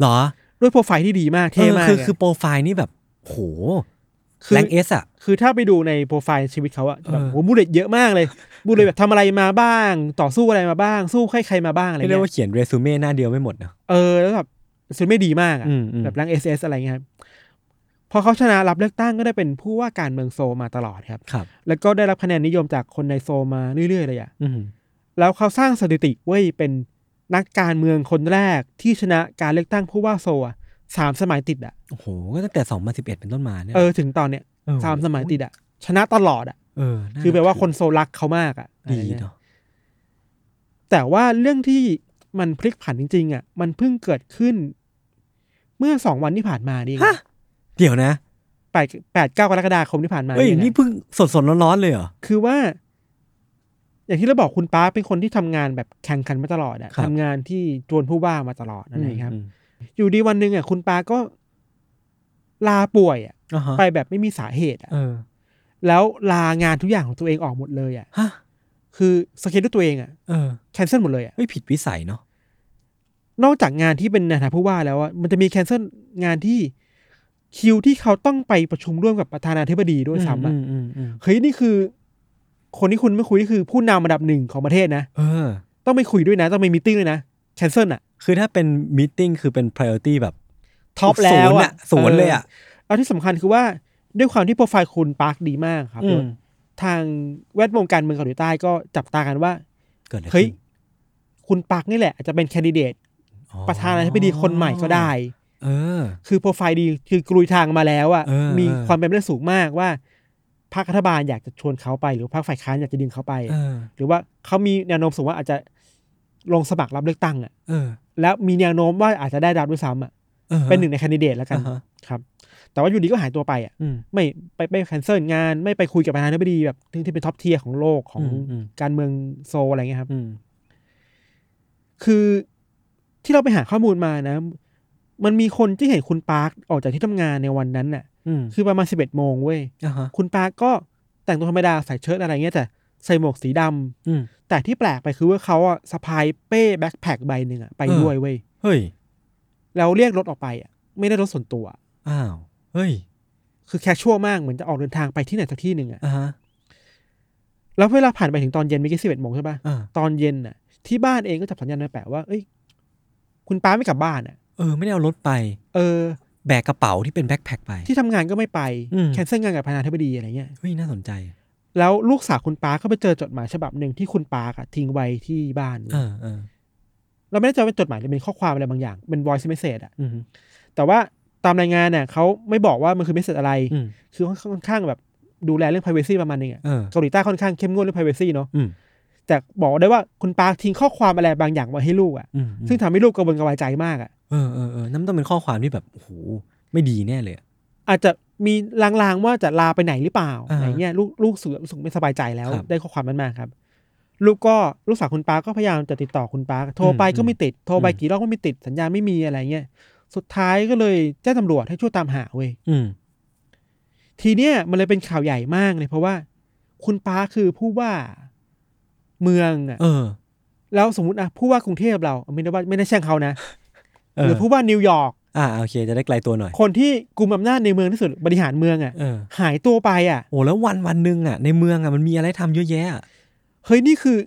Speaker 2: เหรอ
Speaker 3: ด้วยโปรไฟล์ที่ดีมากเท่มา
Speaker 2: ออ
Speaker 3: ก
Speaker 2: คือ
Speaker 3: เลยะ
Speaker 2: คือโปรไฟล์นี่แบบโห
Speaker 3: คือ
Speaker 2: แรงเอสอ่ะ
Speaker 3: คือถ้าไปดูในโปรไฟล์ชีวิตเขาอะแบ
Speaker 2: เอ
Speaker 3: บ
Speaker 2: อ
Speaker 3: โหบูเลตเยอะมาก เลย บูเลตแบบทำอะไรมาบ้าง ต่อสู้อะไรมาบ้าง สู้ใครใครมาบ้างอะไร
Speaker 2: ไม่เรียก
Speaker 3: เงี้ย
Speaker 2: ว่าเขียนเรซูเม่หน้าเดียวไม่หมดเนอะ
Speaker 3: เออแล้วแบบสุดไม่ดีมากอะ
Speaker 2: อืมอืม
Speaker 3: แบบแรงเอสเอสอะไรเงี้ยครับพอเขาชนะรับเลือกตั้งก็ได้เป็นผู้ว่าการเมืองโซลมาตลอดครับ
Speaker 2: ครับ
Speaker 3: แล้วก็ได้รับคะแนนนิยมจากคนในโซลมาเรื่อยๆเลยอะ
Speaker 2: อือหือ
Speaker 3: แล้วเขาสร้างสถิติเว้ยเป็นนักการเมืองคนแรกที่ชนะการเลือกตั้งผู้ว่าโซลอะสามสมัยติดอะ
Speaker 2: โอ้โหก็ตั้งแต่สองพันสิบเอ็ดเป็นต้นมาเนี่ย
Speaker 3: เออถึงตอนเนี้ย
Speaker 2: เออ
Speaker 3: สามสมัยติดอะชนะตลอดอะ
Speaker 2: เออน่
Speaker 3: คือแปลว่าคนโซลักเขามากอะอะไร
Speaker 2: ดี
Speaker 3: เงี้ย
Speaker 2: เนาะ
Speaker 3: แต่ว่าเรื่องที่มันพลิกผันจริง ๆอะมันเพิ่งเกิดขึ้น เมื่อสองวันที่ผ่านมานี่เอง
Speaker 2: ฮะเดี๋ยวนะ
Speaker 3: แปดแปดเก้ากรกฎาคมที่ผ่านมา
Speaker 2: เอ้ย
Speaker 3: นี่เอง
Speaker 2: นี่
Speaker 3: อะ
Speaker 2: เพิ่งสดสดๆร้อนๆเลยเหรอ
Speaker 3: คือว่า อย่างที่เราบอกคุณป้าเป็นคนที่ทำงานแบบแข่งขันมาตลอดอะ
Speaker 2: ครับ
Speaker 3: ทำงานที่จวนผู้ว่ามาตลอดนั่นเองครับ
Speaker 2: อืม
Speaker 3: อยู่ดีวันหนึ่งอะคุณป้าก็ลาป่วยอะ
Speaker 2: อ่าฮะ
Speaker 3: ไปแบบไม่มีสาเหตุอะ
Speaker 2: เออ
Speaker 3: แล้วลางานทุกอย่างของตัวเองออกหมดเลยอะ
Speaker 2: ฮะ
Speaker 3: คือสเกจด้วยตัวเองอะ
Speaker 2: เออ
Speaker 3: แคนเซิลหมดเลยอะ
Speaker 2: เฮ้ยผิดวิสัยเนาะ
Speaker 3: นอกจากงานที่เป็นในฐานะผู้ว่าแล้วอะมันจะมีแคนเซิลงานที่คิวที่เขาต้องไปประชุมร่วมกับประธานาธิบดีด้วยซ้ำอะ
Speaker 2: อืมอืมอืม
Speaker 3: เฮ้ยนี่คือ คนที่คุณไม่คุยนี่คือผู้นำระดับหนึ่งของประเทศนะ
Speaker 2: เออ
Speaker 3: ต้องไปคุยด้วยนะ ต้องไปมีตติ้งด้วยนะแคนเซิลอะ
Speaker 2: คือถ้าเป็นม e ติ้งคือเป็น priority แบบ
Speaker 3: ท็อปแล้วอะ
Speaker 2: ศูนย์เลยอะ
Speaker 3: เอาที่สำคัญคือว่าด้วยความที่โปรไฟล์คุณปาร์คดีมากครับ
Speaker 2: อืม
Speaker 3: ทางแวดวงการเมืองเกาหลีใต้ก็จับตากันว่า
Speaker 2: เกิดอะไร
Speaker 3: เฮ้ย
Speaker 2: ขึ้น
Speaker 3: คุณปาร์คนี่แหละอาจจะเป็นแคนดิเดต
Speaker 2: อ๋อ
Speaker 3: ประธานาธิบดีคนใหม่ก็ได้
Speaker 2: เออ
Speaker 3: คือโปรไฟล์ดีคือกลุยทางมาแล้วอะ
Speaker 2: เออ
Speaker 3: มี
Speaker 2: เออ
Speaker 3: ความเป็นไปได้สูงมากว่าพรรครัฐบาลอยากจะชวนเขาไป หรือพรรคฝ่ายค้านอยากจะดึงเขาไป
Speaker 2: เออ
Speaker 3: หรือว่าเขามีแนวโน้มสูงว่าอาจจะลงสมัครรับเลือกตั้งอะ
Speaker 2: เออ
Speaker 3: แล้วมีแนวโน้มว่าอาจจะได้รับด้วยซ้ำอะ
Speaker 2: ออฮะ
Speaker 3: เป็นหนึ่งในแคนดิเดตแล้วกัน
Speaker 2: อ่าฮะ
Speaker 3: ครับ แต่ว่าอยู่ดีก็หายตัวไปอะ
Speaker 2: อืม
Speaker 3: ไม่ไปไปแคนเซิลงานไม่ไปคุยกับประธานาธิบดีแบบที่ที่เป็นท็อปเทียร์ของโลกของ
Speaker 2: อืมอืม
Speaker 3: การเมืองโซลอะไรเงี้ยครับ
Speaker 2: อืม
Speaker 3: คือที่เราไปหาข้อมูลมานะ มันมีคนที่เห็นคุณปาร์คออกจากที่ทำงานในวันนั้นน่ะ
Speaker 2: อืม
Speaker 3: คือประมาณสิบเอ็ดโมงเว้ย
Speaker 2: อ่าฮะ
Speaker 3: คุณปาก็แต่งตัวธรรมดาใส่เชิ้ตอะไรเงี้ยแต่ใส่หมวกสีดำ
Speaker 2: อืม
Speaker 3: แต่ที่แปลกไปคือว่าเขาอะสะพายเป้แบ็คแพคใบหนึ่งอะไป
Speaker 2: เออ
Speaker 3: ด้วยเว้ย
Speaker 2: เฮ้ย
Speaker 3: แล้วเรียกรถออกไปอะไม่ได้รถส่วนตัว
Speaker 2: อ้าว เฮ้ย
Speaker 3: คือแคชชัวมากเหมือนจะออกเดินทางไปที่ไหนสักที่หนึ่งอะ
Speaker 2: อ่าฮะ
Speaker 3: แล้วเวลาผ่านไปถึงตอนเย็นไม่กี่สิบเอ็ดโมงใช่ปะ
Speaker 2: อ่า
Speaker 3: ตอนเย็นน่ะ ที่บ้านเองก็จับสัญญาณมาแปะว่า เอ้ย คุณป้าไม่กลับบ้านอ่ะ
Speaker 2: เออ ไม่ได้เอารถไป
Speaker 3: เออ
Speaker 2: แบกกระเป๋าที่เป็นแบ็คแพคไป
Speaker 3: ที่ทำงานก็ไม่ไป
Speaker 2: อืม
Speaker 3: แคนเซิลงานกับพนาธิบดีอะไรเงี้ย
Speaker 2: เฮ้ยน่าสนใจ
Speaker 3: แล้วลูกสาวคุณป้าก็ไปเจอจดหมายฉบับหนึ่งที่คุณป้าอะทิ้งไว้ที่บ้าน
Speaker 2: เออเออ
Speaker 3: เราไม่ได้เจอเป็นจดหมายแต่เป็นข้อความอะไรบางอย่างเป็น voice message อะ
Speaker 2: อืม
Speaker 3: แต่ว่าตามรายงานเนี่ยเขาไม่บอกว่ามันคือ message อะไร
Speaker 2: อืม
Speaker 3: คือค่อนข้างแบบดูแลเรื่อง privacy ประมาณนึงอะ
Speaker 2: เออ
Speaker 3: เกาหลีใต้ค่อนข้างเข้มงวดเรื่อง privacy เนาะ
Speaker 2: อืม
Speaker 3: แต่บอกได้ว่าคุณป้าทิ้งข้อความอะไรบางอย่างไว้ให้ลูกอะ
Speaker 2: อืม
Speaker 3: ซึ่งทำให้ลูกกระวนกระวายใจมากอะ
Speaker 2: เออเออเออนั่นต้องเป็นข้อความที่แบบโอ้โหไม่ดีแน่เลยอะ
Speaker 3: อาจจะมีลางๆว่าจะลาไปไหนหรือเปล่า
Speaker 2: อ่า
Speaker 3: อะไรเงี้ยลูกลูกสูสูงไม่สบายใจแล้ว
Speaker 2: ครับ
Speaker 3: ได้ข้อความนั้นมาครับ ลูกก็ลูกสาวคุณป้าก็พยายามจะติดต่อคุณป้าโทรไป
Speaker 2: อืม
Speaker 3: ก็ไม่ติดโทรไป
Speaker 2: อืม
Speaker 3: กี่รอบก็ไม่ติดสัญญาณไม่มีอะไรเงี้ยสุดท้ายก็เลยแจ้งตำรวจให้ช่วยตามหาเว้ย
Speaker 2: อืม
Speaker 3: ทีเนี้ยมันเลยเป็นข่าวใหญ่มากเลยเพราะว่า คุณป้าคือผู้ว่าเมืองอ่ะ
Speaker 2: เออ
Speaker 3: แล้วสมมติอ่ะผู้ว่ากรุงเทพเราไม่ได้ว่าไม่ได้แช่งเขานะ
Speaker 2: เอ
Speaker 3: ห
Speaker 2: อ
Speaker 3: รือผู้ว่านิวยอร์ก
Speaker 2: อ่าโอเค จะได้ไกลตัวหน่อย
Speaker 3: คนที่กุมอำนาจในเมืองที่สุดบริหารเมืองอ่ะ
Speaker 2: เออ
Speaker 3: หายตัวไปอ่ะ
Speaker 2: โอ้แล้ววันวันหนึ่งอ่ะ ในเมืองอ่ะมันมีอะไรทำเยอะแยะอะ
Speaker 3: เฮ้ยนี่คือ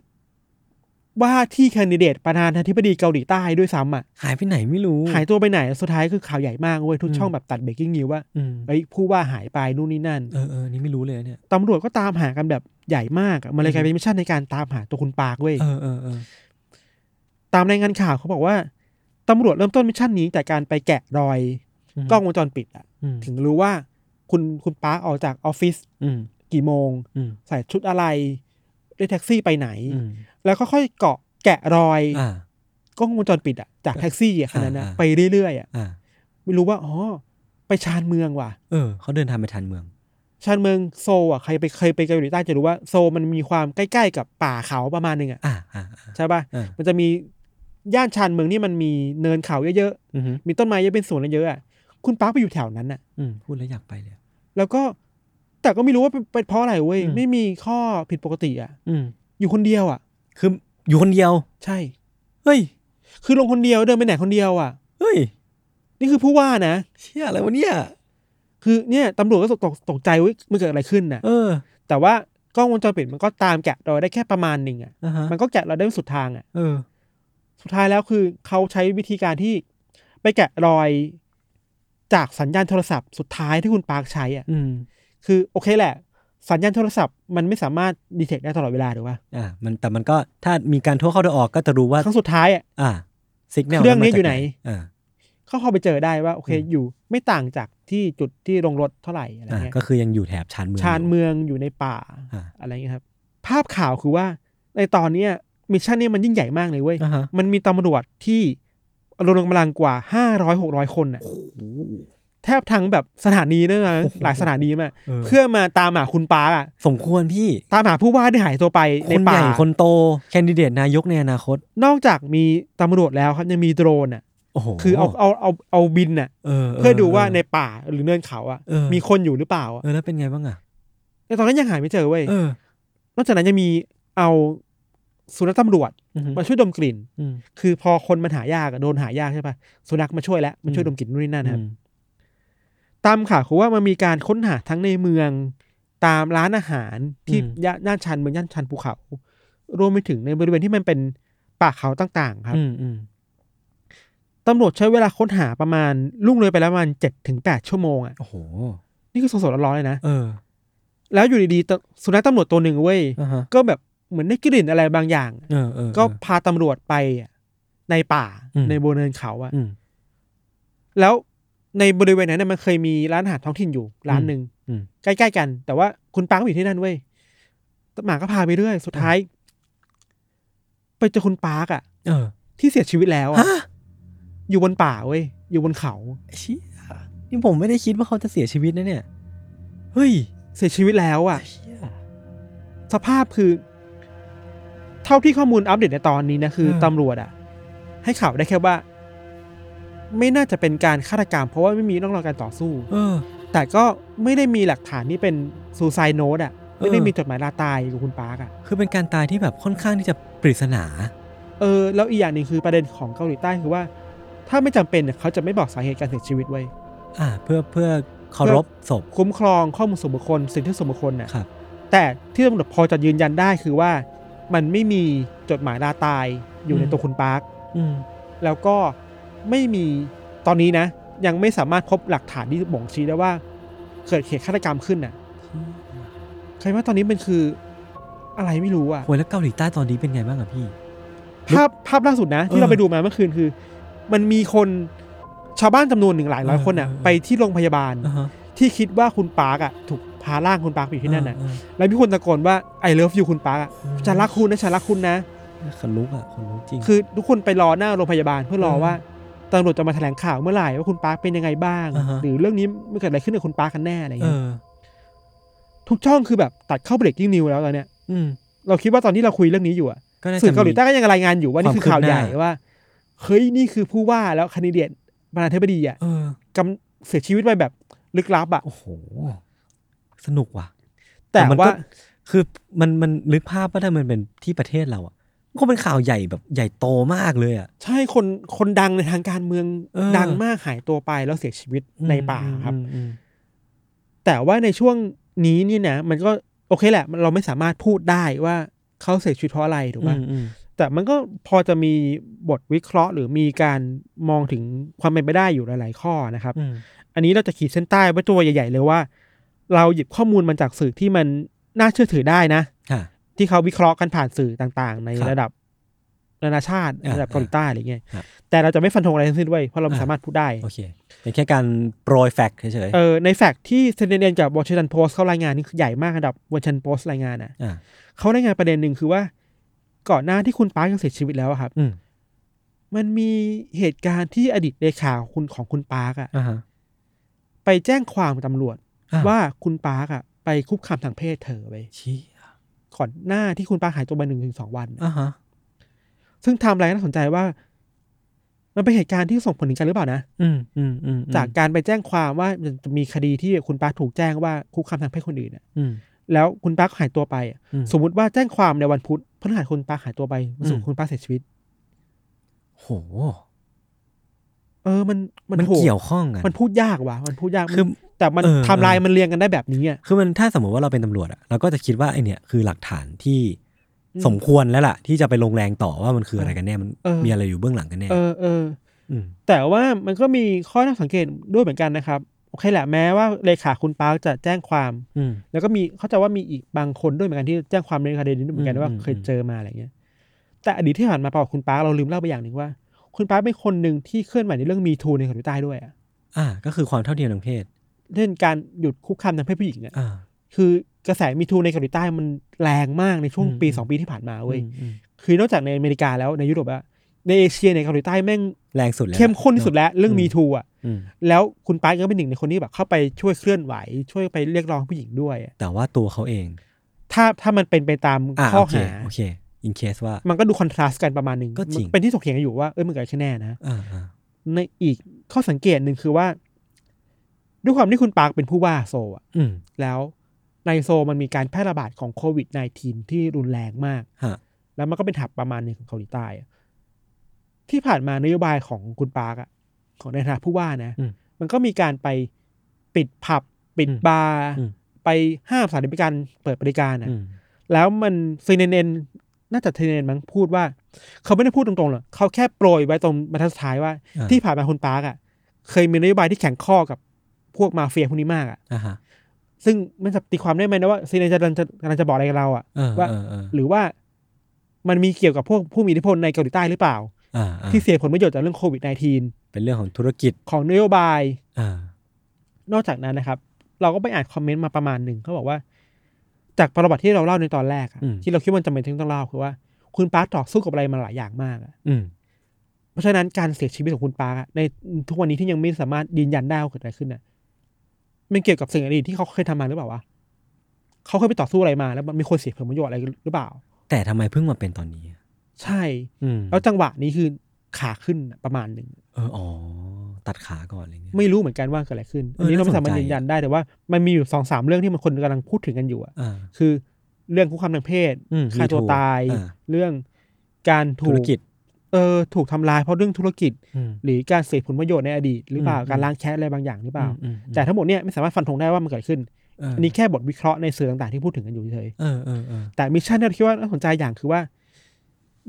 Speaker 3: ว่าที่แคนดิเดตประธานาธิบดีเกาหลีใต้ด้วยซ้ำอ่ะ
Speaker 2: หายไปไหนไม่รู้
Speaker 3: หายตัวไปไหนสุดท้ายคือข่าวใหญ่มากเว้ยทุก
Speaker 2: อืม
Speaker 3: ช่องแบบตัดเบรกกิ้งนิวว่า
Speaker 2: อืม
Speaker 3: เอ้ยผู้ว่าหายไปนู่นนี่นั่น
Speaker 2: เออเออนี่ไม่รู้เลยอะเนี่ย
Speaker 3: ตำรวจก็ตามหากันแบบใหญ่มากอะมันเลยกลายเป็นมิชชั่นในการตามหาตัวคุณปาร์คเว้ย
Speaker 2: เออเออเออ
Speaker 3: ตามรายงานข่าวเขาบอกว่า ตำรวจเริ่มต้นมิชชั่นนี้จากการไปแกะรอย
Speaker 2: ม
Speaker 3: กล้องวงจรปิดอะ
Speaker 2: อืม
Speaker 3: ถึงรู้ว่าคุณคุณป้าออกจากออฟฟิศ
Speaker 2: อืม
Speaker 3: กี่โมง
Speaker 2: อืม
Speaker 3: ใส่ชุดอะไรได้แท็กซี่ไปไหน
Speaker 2: อืม
Speaker 3: แล้วก็ค่อยเกาะแกะรอย
Speaker 2: อ่า
Speaker 3: กล้องวงจรปิดอะจากแท็กซี่อะคันนั้นนะ
Speaker 2: อ่าอ่า
Speaker 3: ไปเรื่อยๆอะ
Speaker 2: อ่า
Speaker 3: ไม่รู้ว่าอ๋อไปชานเมืองว่ะ
Speaker 2: เออเขาเดินทางไปทันเมือง
Speaker 3: ชานเมืองโซลอะใครไปเคยไปเกาหลีใต้จะรู้ว่าโซลมันมีความใกล้ๆกับป่าเขาประมาณหนึงอะ
Speaker 2: อ่าอ่าอ่า
Speaker 3: ใช่ป่ะ
Speaker 2: เออ
Speaker 3: มันจะมีย่านชานเมืองนี่มันมีเนินเขาเยอะๆ
Speaker 2: อืม
Speaker 3: มีต้นไม้เยอะเป็นสวนเยอะๆอ่ะ คุณปาร์คไปอยู่แถวนั้นน่ะ
Speaker 2: อืมพูดแล้วอยากไปเลยอะ
Speaker 3: แล้วก็ แต่ก็ไม่รู้ว่าเป็นเป็นเพราะอะไรเว้ย
Speaker 2: อืม
Speaker 3: ไม่มีข้อผิดปกติอ่ะ
Speaker 2: อืม
Speaker 3: อยู่คนเดียวอ่ะ
Speaker 2: คืออยู่คนเดียว
Speaker 3: ใช่
Speaker 2: เฮ้ย
Speaker 3: คือลงคนเดียวเดินไปไหนคนเดียวอ่ะ
Speaker 2: เฮ้ย
Speaker 3: นี่คือผู้ว่านะ
Speaker 2: เชี่ยอะไรวะเนี่ย
Speaker 3: คือเนี่ยตำรวจก็ตกตกตกใจเว้ยมันเกิดอะไรขึ้นน่ะ
Speaker 2: เออ
Speaker 3: แต่ว่ากล้องวงจรปิดมันก็ตามแกะรอยได้แค่ประมาณหนึ่งอ่ะ
Speaker 2: อ่าฮะ
Speaker 3: มันก็แกะเราได้ไม่สุดทางอ่ะ
Speaker 2: เออ
Speaker 3: สุดท้ายแล้วคือเขาใช้วิธีการที่ไปแกะรอย จากสัญญาณโทรศัพท์ สุดท้ายที่คุณปาร์คใช้อ่ะ
Speaker 2: อืม
Speaker 3: คือโอเคแหละ สัญญาณโทรศัพท์มันไม่สามารถดีเทคได้ตลอดเวลาถูกป่ะ
Speaker 2: อ่า มันแต่มันก็ถ้ามีการโทั่วเข้าโทั่วออกก็จะรู้ว่า
Speaker 3: ครั้งสุดท้ายอ่ะ
Speaker 2: อ่าสิกแนล
Speaker 3: เครื่องนี้อยู่ไหน
Speaker 2: อ่า
Speaker 3: เขาพอไปเจอได้ว่า โอเค
Speaker 2: อืม
Speaker 3: อยู่ไม่ต่างจากที่จุดที่ลงรถเท่าไหร่อะไร
Speaker 2: อ่า
Speaker 3: เงี้ย
Speaker 2: ก็คือยังอยู่แถบชานเมือง
Speaker 3: ชาน
Speaker 2: อยู่
Speaker 3: เมืองอยู่ในป่า
Speaker 2: อ่า
Speaker 3: อะไรเงี้ยครับ ภาพข่าวคือว่าในตอนเนี้ยมิชชั่นเนี้มันยิ่งใหญ่มากเลยเว้ย
Speaker 2: อ่าฮะ
Speaker 3: มันมีตำรวจที่รวมกำลังกว่าห้าร้อยหกร้อยคนน่ะแทบทั้งแบบสถานีเนยนะหลายสถานีมาก
Speaker 2: เออ
Speaker 3: เพื่อมาตามหาคุณปาร์คอะ
Speaker 2: สมควรพี่
Speaker 3: ตามหาผู้ว่าที่หายตัวไป
Speaker 2: ค
Speaker 3: ใน
Speaker 2: น
Speaker 3: ป่า
Speaker 2: ใหญ่คนโต แคนดิเดตนายกในอนาคต
Speaker 3: นอกจากมีตำรวจแล้วครับยังมีโดรนอ่ะ
Speaker 2: โอ้โห
Speaker 3: คือเอาเอาเอาเอาบินอ่ะ
Speaker 2: เออ
Speaker 3: เพื่อดูว่าในป่าหรือเนินเขาอ่ะ
Speaker 2: เออ
Speaker 3: มีคนอยู่หรือเปล่าอ่ะ
Speaker 2: เออแล้วเป็นไงบ้างอ่ะ
Speaker 3: แต่ตอนนั้นยังหาไม่เจอเว้ย
Speaker 2: เออน
Speaker 3: อกจากนั้นยังมีเอาสุนัขตำรวจ
Speaker 2: อืม
Speaker 3: มาช่วยดมกลิ่น
Speaker 2: อืม
Speaker 3: คือพอคนมันหายากอะโดนหายากใช่ปะสุนัขมาช่วยแล้วมันช่วย
Speaker 2: อืม
Speaker 3: ดมกลิ่นนู่นนี่นั่นครับ
Speaker 2: อืม
Speaker 3: ตามข่าวคือว่ามันมีการค้นหาทั้งในเมือง ตามร้านอาหารที่ย่านย่านชันเมืองย่านชันภูเขา รวมไปถึงในบริเวณที่มันเป็นป่าเขาต่างๆ ครับ
Speaker 2: อืมอืม
Speaker 3: ตำรวจใช้เวลาค้นหาประมาณลุ่งเลยไปแล้วประมาณเจ็ดถึงแปดชั่วโมงอ่ะ
Speaker 2: โอ้โห
Speaker 3: นี่คือสดๆร้อนๆเลยนะ
Speaker 2: เออ
Speaker 3: แล้วอยู่ดีๆตำสุนัขตำรวจตัวหนึ่งเว้ย
Speaker 2: อ่าฮะ
Speaker 3: ก็แบบเหมือนได้กลิ่นอะไรบางอย่าง
Speaker 2: เออเออ
Speaker 3: ก็พาตำรวจไปอะในป่า
Speaker 2: อืม
Speaker 3: ในบนเนินเขาอะ
Speaker 2: อืม
Speaker 3: แล้วในบริเวณนั้นนะมันเคยมีร้านอาหารท้องถิ่นอยู่ร้านหนึ่ง
Speaker 2: อืม
Speaker 3: ใกล้ๆกัน แต่ว่าคุณปาร์คก็อยู่ที่นั่นเว้ยหมาก็พาไปเรื่อยสุดท้าย ไปเจอคุณปาร์กอะ
Speaker 2: เออ
Speaker 3: ที่เสียชีวิตแล้วอะ
Speaker 2: ฮะ
Speaker 3: อยู่บนป่าเว้ยอยู่บนเขา
Speaker 2: เชี่ยนี่ผมไม่ได้คิดว่าเขาจะเสียชีวิตนะเนี่ย เฮ้ย
Speaker 3: เสียชีวิตแล้วอะ
Speaker 2: เชี่ย
Speaker 3: สภาพคือ เท่าที่ข้อมูลอัปเดตในตอนนี้นะคือ
Speaker 2: เออ
Speaker 3: ตำรวจอะให้ข่าวได้แค่ว่า ไม่น่าจะเป็นการฆาตกรรม เพราะว่าไม่มีร่องรอยการต่อสู้
Speaker 2: เออ
Speaker 3: แต่ก็ไม่ได้มีหลักฐานที่เป็นซูไซโนดอะไม่ได้
Speaker 2: เออ
Speaker 3: มีจดหมายลาตายกับคุณปาร์กอะ
Speaker 2: คือเป็นการตายที่แบบค่อนข้างที่จะปริศนา
Speaker 3: เออแล้วอีกอย่างหนึ่งคือประเด็นของเกาหลีใต้คือว่า ถ้าไม่จำเป็นเนี่ยเขาจะไม่บอกสาเหตุการเสียชีวิตไว้ย
Speaker 2: อ่า เพื่อเพื่อ เคารพศพ
Speaker 3: คุ้มครองข้อมูลส่วนบุคคลสิ่งที่ส่วนบุคคลน่ะ
Speaker 2: ครับ
Speaker 3: แต่ที่ตำรวจพอจะยืนยันได้คือว่ามันไม่มีจดหมายลาตายอยู่ในตัวคุณปาร์ค
Speaker 2: อืม
Speaker 3: แล้วก็ไม่มีตอนนี้นะ ยังไม่สามารถพบหลักฐานที่บ่งชี้ได้ว่าเกิดเหตุฆาตกรรมขึ้นน่ะใครว่าตอนนี้มันคืออะไรไม่รู้อะ
Speaker 2: โอ้ยแล้วเกาหลีใต้ตอนนี้เป็นไงบ้างอะพี่
Speaker 3: ภาพภาพล่าสุดนะ ที่เราไปดูมาเมื่อคืนคือ มันมีคนชาวบ้านจำนวนหนึ่งหลายร้อยคนน่ะ
Speaker 2: เออเออ
Speaker 3: ไปที่โรงพยาบาล
Speaker 2: อ่าฮะ
Speaker 3: ที่คิดว่าคุณปาร์กอะถูกพาร่างคุณปาร์กไปอยู่ที่นั่นน่ะ
Speaker 2: อ่า
Speaker 3: แล้วมีคนตะโกนว่า I love you คุณปาร์กอะ
Speaker 2: อืม
Speaker 3: ฉันรักคุณนะฉันรักคุณนะ
Speaker 2: อ่าขนลุกอะขนลุกจริง
Speaker 3: คือทุกคนไปรอหน้าโรงพยาบาลเพื่อรอ
Speaker 2: เออ
Speaker 3: ว่าตำรวจจะมาแถลงข่าวเมื่อไหร่ว่าคุณปาร์คเป็นยังไงบ้าง
Speaker 2: อ่าฮะ
Speaker 3: หรือเรื่องนี้มันเกิดอะไรขึ้นกับคุณปาร์คกันแน่อะไร
Speaker 2: เอ
Speaker 3: เงี้
Speaker 2: อ
Speaker 3: ยทุกช่องคือแบบตัดเข้าเบรกยิ่งนิวแล้วตอนเนี้ย
Speaker 2: อืม
Speaker 3: เราคิดว่าตอนที่เราคุยเรื่องนี้อยู่อะ
Speaker 2: ก็น่าจะ
Speaker 3: สื่อเกาหลี
Speaker 2: มี
Speaker 3: ใต้ก็ยังรายงานอยู่ว่านี่คือ
Speaker 2: ความคืบ
Speaker 3: ข่าวใหญ่
Speaker 2: หน้า
Speaker 3: ว่าเฮ้ยนี่คือผู้ว่าแล้วคนดิเดตประธานาธิบดีอะ
Speaker 2: เออ
Speaker 3: กำเสียชีวิตไปแบบลึกลับอะ
Speaker 2: โอ้โห สนุกว่ะ
Speaker 3: แต่
Speaker 2: มันก็
Speaker 3: ว่า
Speaker 2: คือมันมันนึกภาพว่าถ้ามันเป็นที่ประเทศเราอะมันคงเป็นข่าวใหญ่แบบใหญ่โตมากเลยอะ
Speaker 3: ใช่คนคนดังในทางการเมือง
Speaker 2: เออ
Speaker 3: ดังมากหายตัวไปแล้วเสียชีวิตในป่าครับ
Speaker 2: อืมอืม
Speaker 3: แต่ว่าในช่วงนี้เนี่ยนะมันก็โอเคแหละมันเราไม่สามารถพูดได้ว่าเขาเสียชีวิตเพราะอะไรถูก
Speaker 2: อื
Speaker 3: ป่ะ
Speaker 2: มอืม
Speaker 3: แต่มันก็พอจะมีบทวิเคราะห์ หรือมีการมองถึงความเป็นไปได้อยู่หลาย ๆ ข้อนะครับ
Speaker 2: อืม
Speaker 3: อันนี้เราจะขีดเส้นใต้ไว้ตัวใหญ่ ๆ เลยว่า เราหยิบข้อมูลมาจากสื่อที่มันน่าเชื่อถือได้นะ
Speaker 2: ค่ะ
Speaker 3: ที่เขาวิเคราะห์กันผ่านสื่อต่างๆ ใน
Speaker 2: ครับ
Speaker 3: ระดับนานาชาติ
Speaker 2: อ่า
Speaker 3: ระดับเกาหลีใต้อะไรเงี้ย
Speaker 2: ครับ
Speaker 3: แต่เราจะไม่ฟันธงอะไรทั้งสิ้นเว้ยเพราะเราไม่
Speaker 2: อ่า
Speaker 3: สามารถพูดได้
Speaker 2: โอเคเป็นแค่การโปรยแฟกต์เฉย
Speaker 3: เออในแฟกต์ที่เซนเดนกับวอชิงตันโพสเขารายงานนี่คือใหญ่มากระดับวอชิงตันโพสรายงานอ่ะ
Speaker 2: ๆอ่า
Speaker 3: เขาได้งานประเด็นหนึ่งคือว่า ก่อนหน้าที่คุณปาร์คจะเสียชีวิตแล้วอะครับ
Speaker 2: อืม
Speaker 3: มันมีเหตุการณ์ที่อดีตเลขาคุณของคุณปาร์คอะ
Speaker 2: อ่าฮะ
Speaker 3: ไปแจ้งความกับตำรวจ
Speaker 2: อ่ะ
Speaker 3: ว่าคุณปาร์คอะไปคุกคามทางเพศเธอไป
Speaker 2: ชี้
Speaker 3: ก่อนหน้าที่คุณปาร์คหายตัวไปหนึ่งถึงสองวันอะ
Speaker 2: อ่าฮะ
Speaker 3: ซึ่งไทำรายน่าสนใจว่า มันเป็นเหตุการณ์ที่ส่งผลถึงกันหรือเปล่านะ
Speaker 2: อืมอืมอืมอืม
Speaker 3: จากการไปแจ้งความว่ามันจะมีคดีที่คุณปาร์คถูกแจ้งว่าคุกคามทางเพศคนอื่นอะ
Speaker 2: อืม
Speaker 3: แล้วคุณปาร์คหายตัวไปอะ
Speaker 2: อืม
Speaker 3: สมมติว่าแจ้งความในวันพุธพฤหัสคุณปาร์คหายตัวไปวันศุกร์คุณปาร์คเสียชีวิต
Speaker 2: โห
Speaker 3: เออมัน
Speaker 2: มั
Speaker 3: มัน นโหด
Speaker 2: เกี่ยวข้องกัน
Speaker 3: มันพูดยากว่ะ มันพูดยากมัน
Speaker 2: คือ
Speaker 3: แต่มัน
Speaker 2: เออ
Speaker 3: ไทำลายมันเรียงกันได้แบบนี้อ่ะ
Speaker 2: คือมันถ้าสมมติว่าเราเป็นตำรวจอะเราก็จะคิดว่าไอเนี่ยคือหลักฐานที่สมควรแล้วล่ะ ที่จะไปลงแรงต่อว่ามันคืออะไรกันแน่มัน
Speaker 3: เออ
Speaker 2: มีอะไรอยู่เบื้องหลังกันแน่
Speaker 3: เออเออ
Speaker 2: ม
Speaker 3: แต่ว่ามันก็มีข้อน่าสังเกตด้วยเหมือนกันนะครับ โอเคแหละแม้ว่าเลขาคุณปาร์คจะแจ้งความ
Speaker 2: อืม
Speaker 3: แล้วก็มีเข้าใจว่ามีอีกบางคนด้วยเหมือนกันที่แจ้งความในคดีนี้ด้วยเหมือนกันว่า
Speaker 2: อืม
Speaker 3: เคยเจอมาอะไรเงี้ย แต่อดีตที่ผ่านมาเปล่าคุณปาร์คเราลืมเล่าไปอย่างหนึ่งว่า คุณปาร์คเป็นคนหนึ่งที่เคลื่อนไหวในเรื่องมีทูในเกาหลีใต้ด้วยอะ
Speaker 2: อ่า ก็คือความเท่าเทียมทางเพศ
Speaker 3: เรื่องการหยุดคุกคามทางเพศผู้หญิงอ่ะ
Speaker 2: อ่า
Speaker 3: คือกระแสมีทูในเกาหลีใต้มันแรงมากในช่วง
Speaker 2: อืม
Speaker 3: ปี
Speaker 2: อืม
Speaker 3: สองปีที่ผ่านมาเว้ย
Speaker 2: อืมอืม
Speaker 3: คือนอกจากในอเมริกาแล้วในยุโรปอะในเอเชียในยเกาหลีใต้แม่ง
Speaker 2: แรงสุดแล้ว
Speaker 3: เข้มข้นที่สุด
Speaker 2: เอะ
Speaker 3: แล้วเรื่อง
Speaker 2: อืม
Speaker 3: มีทูอะ
Speaker 2: อืม
Speaker 3: แล้วคุณปาร์คก็เป็นหนึ่งในคนที่แบบเข้าไปช่วยเคลื่อนไหว ช่วยไปเรียกร้องผู้หญิงด้วยอะ
Speaker 2: แต่ว่าตัวเขาเอง
Speaker 3: ถ้าถ้ามันเป็นไปตาม
Speaker 2: อ่า
Speaker 3: ข้อ
Speaker 2: โอเค
Speaker 3: หา
Speaker 2: โอเคอินเคสว่า
Speaker 3: มันก็ดูคอนทราสต์กันประมาณหนึ่ง
Speaker 2: ก็จริง
Speaker 3: มันเป็นที่ถกเถียงกันอยู่ว่าเอ้ยมันเกิดขึ้นแน่นะ
Speaker 2: อ่าอ่า
Speaker 3: ในอีกข้อสังเกตหนึ่งคือว่า ด้วยความที่คุณปาร์คเป็นผู้ว่าโซลอะ
Speaker 2: อืม
Speaker 3: แล้วในโซลมันมีการแพร่ระบาดของโควิด -19 ที่รุนแรงมาก
Speaker 2: ฮะ
Speaker 3: แล้วมันก็เป็นถับประมาณหนึ่งของเกาหลีใต้อะที่ผ่านมานโยบายของคุณปาร์กอะของในฐานะผู้ว่านะ
Speaker 2: อืม
Speaker 3: มันก็มีการไปปิดผับ ปิด
Speaker 2: อืม
Speaker 3: บาร์
Speaker 2: อืม
Speaker 3: ไปห้ามสถานบริการเปิดบริการอะ
Speaker 2: อืม
Speaker 3: แล้วมันซีเนเนน่าจะซีเนเนมั้งพูดว่า เขาไม่ได้พูดตรงๆหรอกเขาแค่โปรยไว้ตรงบรรทัดสุดท้ายว่า
Speaker 2: อ่า
Speaker 3: ที่ผ่านมาคุณปาร์กอะเคยมีนโยบายที่แข่งข้อกับพวกมาเฟียพวกนี้มากอะ
Speaker 2: อ่าฮะ
Speaker 3: ซึ่งมันจะตีความได้ไหมนะว่าซีเนเนจะกำลังจะกำลังจะบอกอะไรกับเราอะ
Speaker 2: เออ
Speaker 3: ว่า
Speaker 2: เออเออ
Speaker 3: หรือว่ามันมีเกี่ยวกับพวกผู้มีอิทธิพลในเกาหลีใต้หรือเปล่า
Speaker 2: อ่าอ่า
Speaker 3: ที่เสียผลประโยชน์จากเรื่องโควิด
Speaker 2: เป็นเรื่องของธุรกิจ
Speaker 3: -19 ของนโยบาย
Speaker 2: อ่าน
Speaker 3: อกจากนั้นนะครับ เราก็ไปอ่านคอมเมนต์มาประมาณหนึ่งเขาบอกว่า จากประวัติที่เราเล่าในตอนแรกอะที่เราคิดว่ามันจำเป็นที่ต้องเล่าคือว่า คุณปาร์คต่อสู้กับอะไรมาหลายอย่างมากอะ
Speaker 2: อืม
Speaker 3: เพราะฉะนั้นการเสียชีวิตของคุณปาร์คอะในทุกวันนี้ที่ยังไม่สามารถยืนยันได้ว่าเกิดอะไรขึ้นน่ะมันเกี่ยวกับสิ่งอดีตที่เขาเคยทำมาหรือเปล่าวะเขาเคยไปต่อสู้อะไรมา แล้วมันมีคนเสียผลประโยชน์อะไรหรือเปล่า
Speaker 2: แต่ทำไมเพิ่งมาเป็นตอนนี้อะ
Speaker 3: ใช่
Speaker 2: อืม
Speaker 3: แล้วจังหวะนี้คือขาขึ้นประมาณหนึ่ง
Speaker 2: เอออ๋อตัดขาก่อนอะไรเงี้ย
Speaker 3: ไม่รู้เหมือนกันว่าเกิดอะไรขึ้น
Speaker 2: เออ
Speaker 3: อันนี้เราไม่
Speaker 2: น่าสนใจ
Speaker 3: สามารถยืนยันได้แต่ว่ามันมีอยู่สองสามเรื่องที่มันคนกำลังพูดถึงกันอยู่อะ
Speaker 2: อ่า
Speaker 3: คือเรื่องคุกคามทางเพศ
Speaker 2: อืม
Speaker 3: ฆ่าตัว
Speaker 2: Me too
Speaker 3: ตาย
Speaker 2: อ่า
Speaker 3: เรื่องการถู
Speaker 2: ธุรกิจ
Speaker 3: เออถูกทำลายเพราะเรื่องธุรกิจ
Speaker 2: อืม
Speaker 3: หรือการเสพผลประโยชน์ในอดีตหรือเปล่า
Speaker 2: อืม
Speaker 3: การล้างแค้นอะไรบางอย่างหรือเปล่า
Speaker 2: อืมอืม
Speaker 3: แต่ทั้งหมดเนี่ยไม่สามารถฟันธงได้ว่ามันเกิดขึ้น
Speaker 2: เออ
Speaker 3: อันนี้แค่บทวิเคราะห์ในสื่อต่างๆที่พูดถึงกันอยู่เฉย
Speaker 2: เออเออเออ
Speaker 3: ๆแต่มิชชั่นที่เราคิดว่าน่าสนใจอย่างคือว่า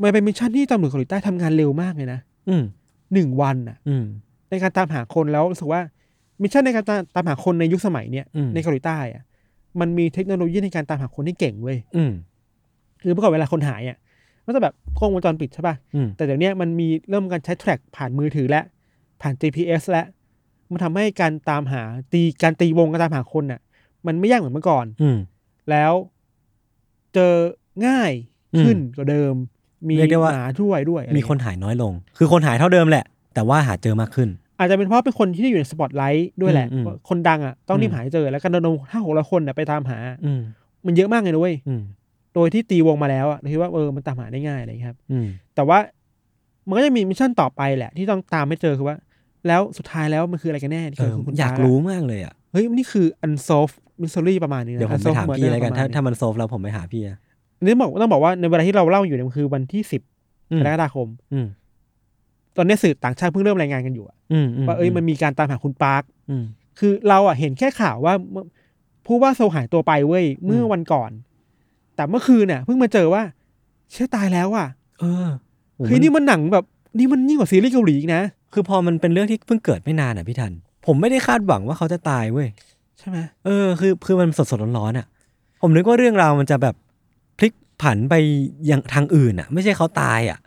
Speaker 3: มันเป็นมิชชั่นที่ตำรวจเกาหลีใต้ทำงานเร็วมากเลยนะ
Speaker 2: อืม
Speaker 3: หนึ่งวันน่ะ
Speaker 2: อืม
Speaker 3: ในการตามหาคนแล้วรู้สึกว่ามิชชั่นในการตามตามหาคนในยุคสมัยเนี่ย
Speaker 2: อืม
Speaker 3: ในเกาหลีใต้อะมันมีเทคโนโลยีในการตามหาคนที่เก่งเว้ย
Speaker 2: อืม
Speaker 3: คือเมื่อก่อนเวลาคนหายอ่ะมันจะแบบกล้องวงจรปิดใช่ป่ะ
Speaker 2: อืม
Speaker 3: แต่เดี๋ยวเนี้ยมันมีเริ่มการใช้แทร็กผ่านมือถือและ ผ่าน GPS และ มันทำให้การตามหาตีการตีวงการตามหาคนน่ะ มันไม่ยากเหมือนเมื่อก่อน
Speaker 2: อืม
Speaker 3: แล้วเจอง่ายขึ้นกว่าเดิม มี
Speaker 2: เรียกได้ว่า
Speaker 3: หมาช่วยด้วยอะไร
Speaker 2: มีคนหายน้อยลง คือคนหายเท่าเดิมแหละ แต่ว่าหาเจอมากขึ้น
Speaker 3: อาจจะเป็นเพราะเป็นคนที่อยู่ในสปอตไลท์ด้วยแหละ
Speaker 2: อืมอืม
Speaker 3: คนดังอ่ะต้องรีบหาให้เจอแล้วการระดมห้าหกร้อยคนน่ะไปตามหา
Speaker 2: อืม
Speaker 3: มันเยอะมากเลยนะเว้ย
Speaker 2: อืม
Speaker 3: โดยที่ตีวงมาแล้วอะเราคิดว่าเออ มันตามหาได้ง่ายอะไรอย่างเลยครับ
Speaker 2: อืม
Speaker 3: แต่ว่ามันก็จะมีมิชชั่นต่อไปแหละ ที่ต้องตามให้เจอคือว่า แล้วสุดท้ายแล้วมันคืออะไรกันแน่ที่
Speaker 2: เอ
Speaker 3: เกิด
Speaker 2: อ
Speaker 3: ขึ้นคุณ
Speaker 2: อยาก
Speaker 3: ฟ้
Speaker 2: รู้มากเลยอ่ะ
Speaker 3: เฮ้ย นี่คือ unsolved mystery ประมาณนี้นะ
Speaker 2: เดี๋ยวผมไป
Speaker 3: unsolved
Speaker 2: ถาม
Speaker 3: murder
Speaker 2: พี่แล้วกัน
Speaker 3: ประ
Speaker 2: ถ้า
Speaker 3: มาณ
Speaker 2: ถ้ามันโซฟแล้วผมไปหาพี่อะ
Speaker 3: นี่บอกต้องบอกว่าในเวลาที่เราเล่าอยู่เนี่ยมันคือวันที่สิบ
Speaker 2: อื
Speaker 3: ก
Speaker 2: ม
Speaker 3: รกฎาคม
Speaker 2: อืม
Speaker 3: ตอนนี้สื่อต่างชาติเพิ่งเริ่มรายงานกันอยู่อะ
Speaker 2: อืม
Speaker 3: ว่าเอ้ยมันมีการตามหาคุณปาร์ค
Speaker 2: อืม
Speaker 3: คือเราอะเห็นแค่ข่าวว่าเมื่อผู้ว่าโซหายตัวไปเว้ยเมื่อวันก่อน แต่เมื่อคืนน่ะเพิ่งมาเจอว่าเชื่อตายแล้วอะ
Speaker 2: เออโห
Speaker 3: เฮ้ยนี่มันหนังแบบนี่มันยิ่งกว่าซีรีส์เกาหลีอีกนะ
Speaker 2: คือพอมันเป็นเรื่องที่เพิ่งเกิดไม่นานอ่ะพี่ทัน ผมไม่ได้คาดหวังว่าเขาจะตายเว้ย
Speaker 3: ใช่ไหม
Speaker 2: เออคือคือมันสดสดๆร้อนๆอ่ะ ผมนึกว่าเรื่องราวมันจะแบบพลิกผันไปยังทางอื่นอ่ะ ไม่ใช่เขาตายอ่ะ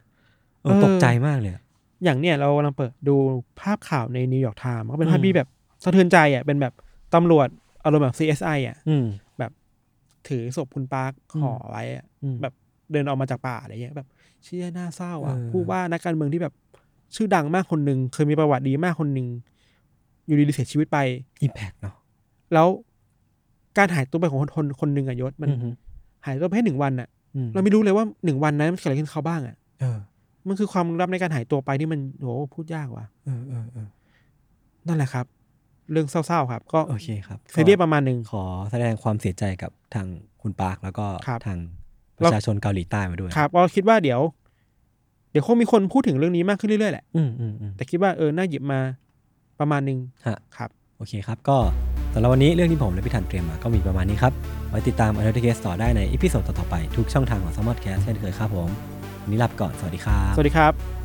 Speaker 2: เออตกใจมากเลยอะ
Speaker 3: อย่างเนี้ยเรากำลังเปิดดูภาพข่าวในนิวยอร์กไทม์ก็เป็นภาพ
Speaker 2: อืม
Speaker 3: ที่แบบสะเทือนใจอ่ะเป็นแบบตำรวจอารมณ์แบบ CSI อ่ะ
Speaker 2: อืม
Speaker 3: ถือศพคุณปาร์คห่อไว้อะ
Speaker 2: อืม
Speaker 3: แบบเดินออกมาจากป่าอะไรเงี้ยแบบเชี่ยน่าเศร้าอ่ะ
Speaker 2: เออ
Speaker 3: ผู้ว่านักการเมืองที่แบบชื่อดังมากคนหนึ่งเคยมีประวัติดีมากคนหนึ่งอยู่ดีๆเสียชีวิตไป
Speaker 2: อิมแพกเนาะ
Speaker 3: แล้วการหายตัวไปของคนคนคนหนึ่งอะยศมัน
Speaker 2: อื
Speaker 3: หายตัวไปแค่หนึ่งวันอ่ะ
Speaker 2: อืม
Speaker 3: เราไม่รู้เลยว่าหนึ่งวันนั้นมันเกิดอะไรขึ้นกับเขาบ้างอ่ะ
Speaker 2: เออ
Speaker 3: มันคือความลับในการหายตัวไปนี่มันโหพูดยากว่ะ
Speaker 2: เออเออเออ
Speaker 3: นั่นแหละครับ เรื่องเศร้าๆครับ ก็
Speaker 2: โอเคครับ
Speaker 3: ซีรีส์ประมาณหนึ่ง
Speaker 2: ขอแสดงความเสียใจกับทางคุณปาร์คแล้วก็
Speaker 3: ครับ
Speaker 2: ทางประชาชนเกาหลีใต้มาด้วย
Speaker 3: ครับก็คิดว่าเดี๋ยว เดี๋ยวคงมีคนพูดถึงเรื่องนี้มากขึ้นเรื่อยๆแหละ
Speaker 2: อืมอืมอืม
Speaker 3: แต่คิดว่าเออน่าหยิบมาประมาณหนึ่ง
Speaker 2: ฮะ
Speaker 3: ครับ
Speaker 2: โอเคครับ ก็สำหรับวันนี้เรื่องที่ผมและพี่ทันเตรียมมาก็มีประมาณนี้ครับ ไว้ติดตาม a n o t h e r Case ต่อได้ในอีพิโซดต่อๆไป ทุกช่องทางของ s ม m o t Cast เช่นเคยครับผมวันนี้ลาไปก่อน สวัสดีครับ
Speaker 3: สวัสดีครับ